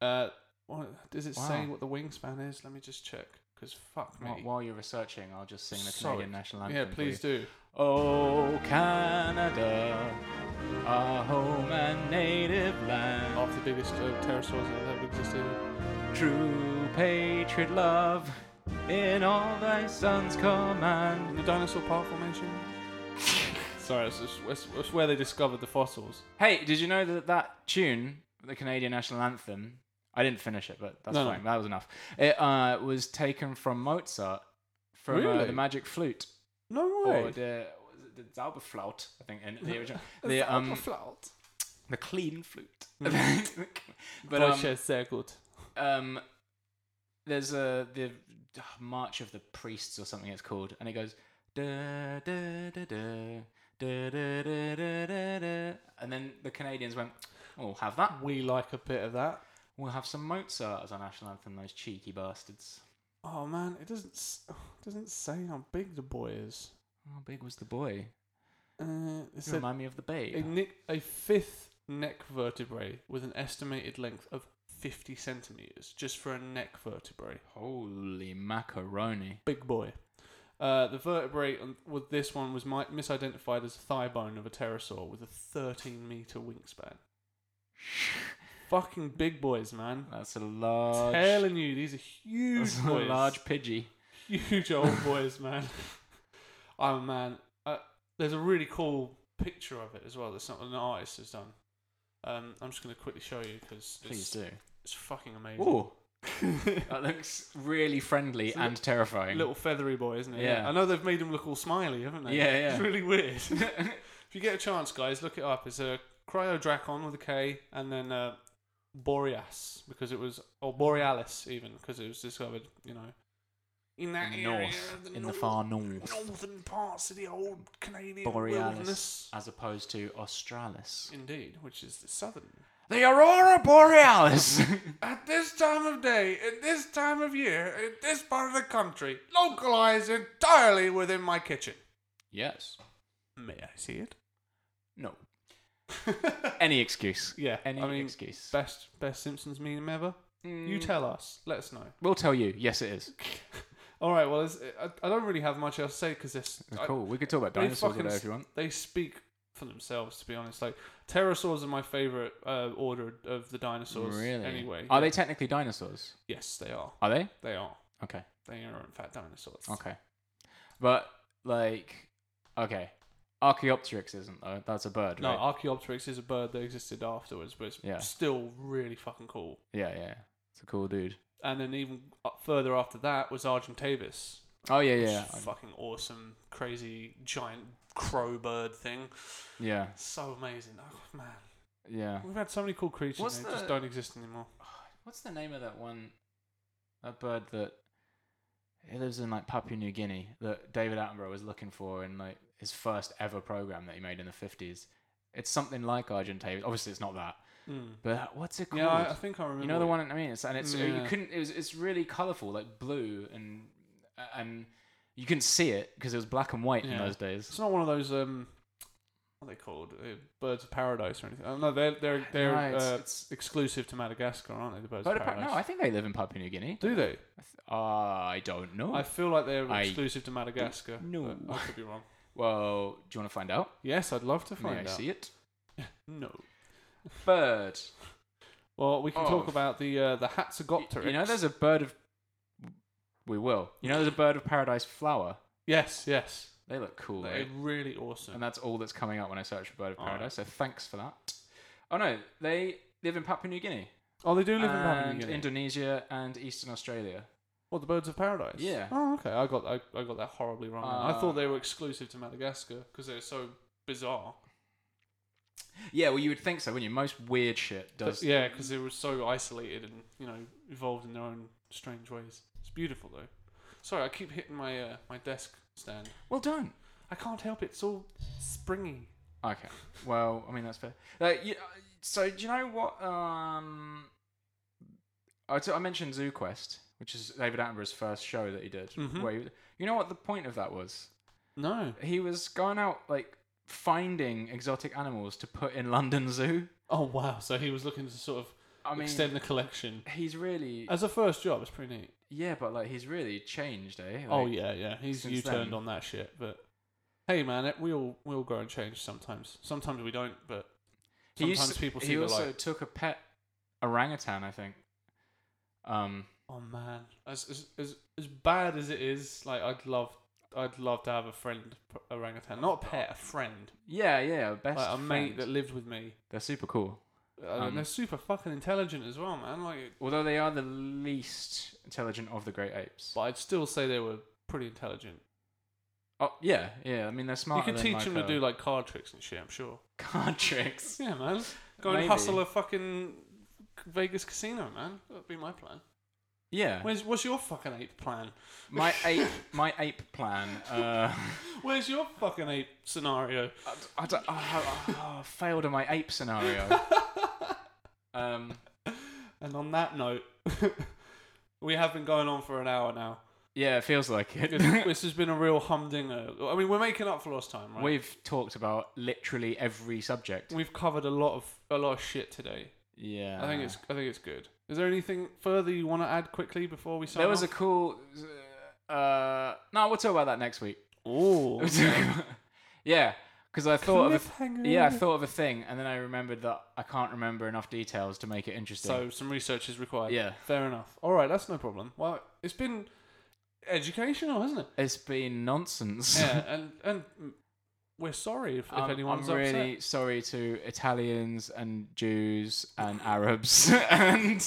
A: Uh, what, does it say
B: Wow.
A: what the wingspan is? Let me just check. Because fuck me.
B: While, while you're researching, I'll just sing the
A: Sorry.
B: Canadian national anthem.
A: yeah, please do.
B: do. Oh, Canada, our home and native land.
A: Half the biggest uh, pterosaurs that have ever existed.
B: True patriot love in all thy son's
A: In
B: command.
A: the dinosaur park <laughs> formation. Sorry, it's, it's, it's, it's where they discovered the fossils.
B: Hey, did you know that that tune, the Canadian national anthem, I didn't finish it, but that's
A: No, no.
B: fine. That was enough. It uh, was taken from Mozart from uh,
A: Really?
B: the Magic Flute
A: No
B: or the was it the Zauberflaut, I think, in <laughs>
A: <laughs>
B: the original. the um, the clean flute. Mm-hmm. <laughs> but um,
A: sehr gut.
B: um there's a the march of the priests or something it's called and it goes da da da da da da da da da da and then the canadians went "Oh, we'll have that
A: We like a bit of that.
B: we'll have some mozart as our national anthem those cheeky bastards
A: Oh man, it doesn't s- <sighs> doesn't say how big the boy is.
B: how big was the boy
A: Uh, it
B: you
A: said
B: remind me of the
A: a,
B: babe
A: nick, a fifth neck vertebrae with an estimated length of 50 centimeters, just for a neck vertebrae.
B: holy macaroni <laughs>
A: Big boy. Uh, the vertebrae on, with this one was mi- misidentified as a thigh bone of a pterosaur with a 13 meter wingspan. Fucking big boys, man.
B: that's a large
A: Telling you, these are huge
B: that's a
A: boys.
B: <laughs> large pidgey
A: huge old boys, man. oh man, uh, there's a really cool picture of it as well. That's not an artist has done. Um, I'm just gonna quickly show you because
B: please
A: it's,
B: do
A: it's fucking amazing.
B: Ooh. that looks really
A: <laughs>
B: friendly
A: It's a
B: and terrifying
A: Little feathery boy, isn't it?
B: Yeah.
A: I know they've made him look all smiley, haven't they?
B: Yeah, yeah.
A: It's really weird.
B: <laughs>
A: if you get a chance, guys, look it up. It's a cryodracon with a K, and then uh, boreas because it was or borealis even because it was discovered, you know, in that
B: in the
A: area
B: north,
A: of
B: in the
A: north.
B: far north,
A: northern parts of the old Canadian
B: Borealis,
A: wilderness.
B: as opposed to Australis.
A: Indeed, which is the southern.
B: The Aurora <laughs> Borealis.
A: At this time of day, at this time of year, in this part of the country, localized entirely within my kitchen.
B: yes.
A: May I see it? <laughs>
B: No. Any excuse.
A: Yeah,
B: Any
A: I mean,
B: excuse. Mm.
A: Best best Simpsons meme ever. You tell us. Let us know. <laughs>
B: We'll tell you. Yes, it is.
A: All right. Well, it's, I, I don't really have much else to say because this. I-
B: cool. We could talk about
A: they
B: dinosaurs
A: fucking
B: today
A: s-
B: if you want.
A: They speak for themselves, to be honest. Like pterosaurs are my favorite uh, order of the dinosaurs.
B: Really?
A: Anyway.
B: Are they technically dinosaurs?
A: Yes, they are.
B: Are they?
A: They are.
B: Okay.
A: They are in fact dinosaurs.
B: Okay. But like, okay, Archaeopteryx isn't though. That's a bird,
A: No,
B: right?
A: Archaeopteryx is a bird that existed afterwards, but it's
B: Yeah.
A: still really fucking cool.
B: yeah, yeah. It's a cool dude.
A: And then even up further after that was Argentavis.
B: Oh yeah,
A: which
B: yeah,
A: is fucking awesome, crazy giant crow bird thing.
B: yeah,
A: So amazing. Oh man,
B: yeah.
A: we've had so many cool creatures
B: What's
A: that just
B: the-
A: don't exist anymore.
B: What's the name of that one? That bird that it lives in like Papua New Guinea that David Attenborough was looking for in like his first ever program that he made in the fifties. It's something like Argentavis. Obviously, it's not that.
A: Mm.
B: But what- what's it called?
A: Yeah, I, I think I remember.
B: you know the
A: what-
B: one I mean. It's, and it's you
A: Yeah.
B: couldn't. It was it's really colourful, like blue and and you couldn't see it because it was black and white in
A: Yeah.
B: those days.
A: It's not one of those um, what are they called? Uh, Birds of Paradise or anything? Oh, no, they're they're they're
B: No, it's-
A: uh,
B: it's-
A: exclusive to Madagascar, aren't they? The Birds
B: But
A: of
B: appa-
A: Paradise.
B: no, I think they live in Papua New Guinea.
A: Do they?
B: I th- uh, I don't know.
A: I feel like they're
B: I
A: exclusive to Madagascar.
B: know.
A: but I could be wrong.
B: well, do you want to find out?
A: Yes, I'd love to
B: May
A: find
B: I
A: out.
B: see it?
A: No.
B: Bird.
A: Well, we can
B: Oh.
A: talk about the uh, the
B: Y-
A: Hatsagopteryx.
B: You know, there's a bird of. We will. You know, there's a bird of paradise flower.
A: yes, yes.
B: They look cool.
A: They're
B: eh?
A: really
B: And
A: awesome.
B: that's all that's coming up when I search for bird of
A: Alright.
B: paradise. So thanks for that. Oh no, they live in Papua New Guinea
A: Oh, they do live in Papua
B: and
A: New Guinea.
B: Indonesia and Eastern Australia.
A: what the birds of paradise?
B: Yeah.
A: Oh, okay. I got I, I got that horribly wrong. then. I
B: Uh,
A: thought they were exclusive to Madagascar because they're so bizarre.
B: Yeah, well, you would think so, wouldn't you? Most weird shit
A: But,
B: does.
A: yeah, because they were so isolated and you know evolved in their own strange ways. It's beautiful though. Sorry, I keep hitting my uh, my desk stand.
B: Well done.
A: I can't help it. It's all springy.
B: Okay. Well, I mean that's fair. Like, you, uh, so do you know what? Um, I, t- I mentioned Zoo Quest, which is David Attenborough's first show that he did.
A: Mhm.
B: Where he, you know what the point of that was?
A: No.
B: He was going out like finding exotic animals to put in London Zoo.
A: Oh wow. So he was looking to sort of
B: I mean,
A: extend Uh, the collection.
B: he's really
A: As a first job, it's pretty neat.
B: yeah, but like he's really changed, eh? Like,
A: oh yeah, yeah. He's
B: since
A: you turned
B: then-
A: on that shit, but hey, man, it, we all we all grow and change sometimes. Sometimes we don't, but
B: He used
A: sometimes
B: to-
A: people
B: he
A: seem
B: also
A: alike.
B: took a pet orangutan, I think. Um,
A: Oh man, as, as as as bad as it is, like I'd love I'd love to have a friend p- orangutan, not a pet, a friend,
B: yeah, yeah, best
A: like a mate
B: friend.
A: that lived with me.
B: They're super cool.
A: Uh,
B: Um,
A: and they're super fucking intelligent as well, man. Like,
B: Although they are the least intelligent of the great apes.
A: but I'd still say they were pretty intelligent.
B: Oh yeah, yeah. I mean they're smart.
A: you could teach them to do like card tricks and shit. I'm sure.
B: <laughs> card tricks.
A: Yeah, man. Go
B: Maybe.
A: and hustle a fucking Vegas casino, man. That'd be my plan.
B: Yeah.
A: Where's what's your fucking ape plan? <laughs>
B: My ape, my ape plan. Uh,
A: Where's your fucking ape scenario?
B: I, I don't, oh, oh, <laughs> oh, failed in my ape scenario.
A: <laughs>
B: Um,
A: And on that note, <laughs> we have been going on for an hour
B: <laughs>
A: now.
B: yeah, it feels like <laughs>
A: It's- <laughs>
B: it.
A: this has been a real humdinger. I mean, we're making up for lost time, right?
B: We've talked about literally every subject.
A: We've covered a lot of a lot of shit today.
B: Yeah.
A: I think it's I think it's good. Is there anything further you want to add quickly before we sign
B: There was a
A: off?
B: cool. Uh, no, we'll talk about that next week.
A: Ooh,
B: <laughs> yeah, because
A: <laughs>
B: I thought of a,
A: Cliffhanger.
B: yeah, I thought of a thing, and then I remembered that I can't remember enough details to make it interesting.
A: So some research is required.
B: Yeah.
A: Fair enough. All right, that's no problem. Well, it's been educational,
B: <laughs>
A: hasn't it?
B: it's been nonsense.
A: Yeah, and and we're sorry <laughs> if, if
B: I'm,
A: anyone's
B: I'm
A: upset.
B: really sorry to Italians and Jews
A: <laughs>
B: and Arabs <laughs> and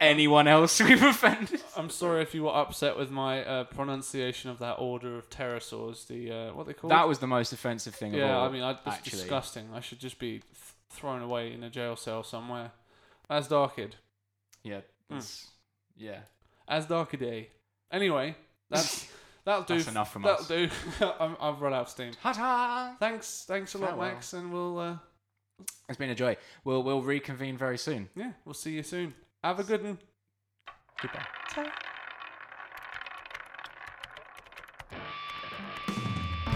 B: anyone else we've offended.
A: I'm sorry if you were upset with my uh, pronunciation of that order of pterosaurs. The uh, what they call
B: That was the most offensive thing of
A: Yeah,
B: all.
A: I mean, I, it's
B: actually.
A: disgusting. I should just be th- thrown away in a jail cell somewhere. As darkid,
B: Yeah.
A: hmm.
B: that's- Yeah.
A: as darkiday. Anyway,
B: <laughs>
A: that's that'll do.
B: That's
A: f-
B: enough from
A: that'll
B: us.
A: do. <laughs> I'm, I've run out of steam.
B: Ta-ta!
A: Thanks, thanks a lot,
B: Farewell.
A: Max, and we'll uh,
B: It's been a joy. We'll we'll reconvene very soon.
A: yeah, we'll see you soon. Have a good one.
B: Goodbye.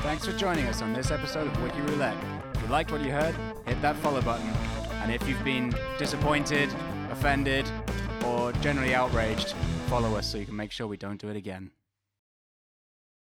B: Thanks for joining us on this episode of Wiki Roulette. If you liked what you heard, hit that follow button. And if you've been disappointed, offended, or generally outraged, follow us so you can make sure we don't do it again.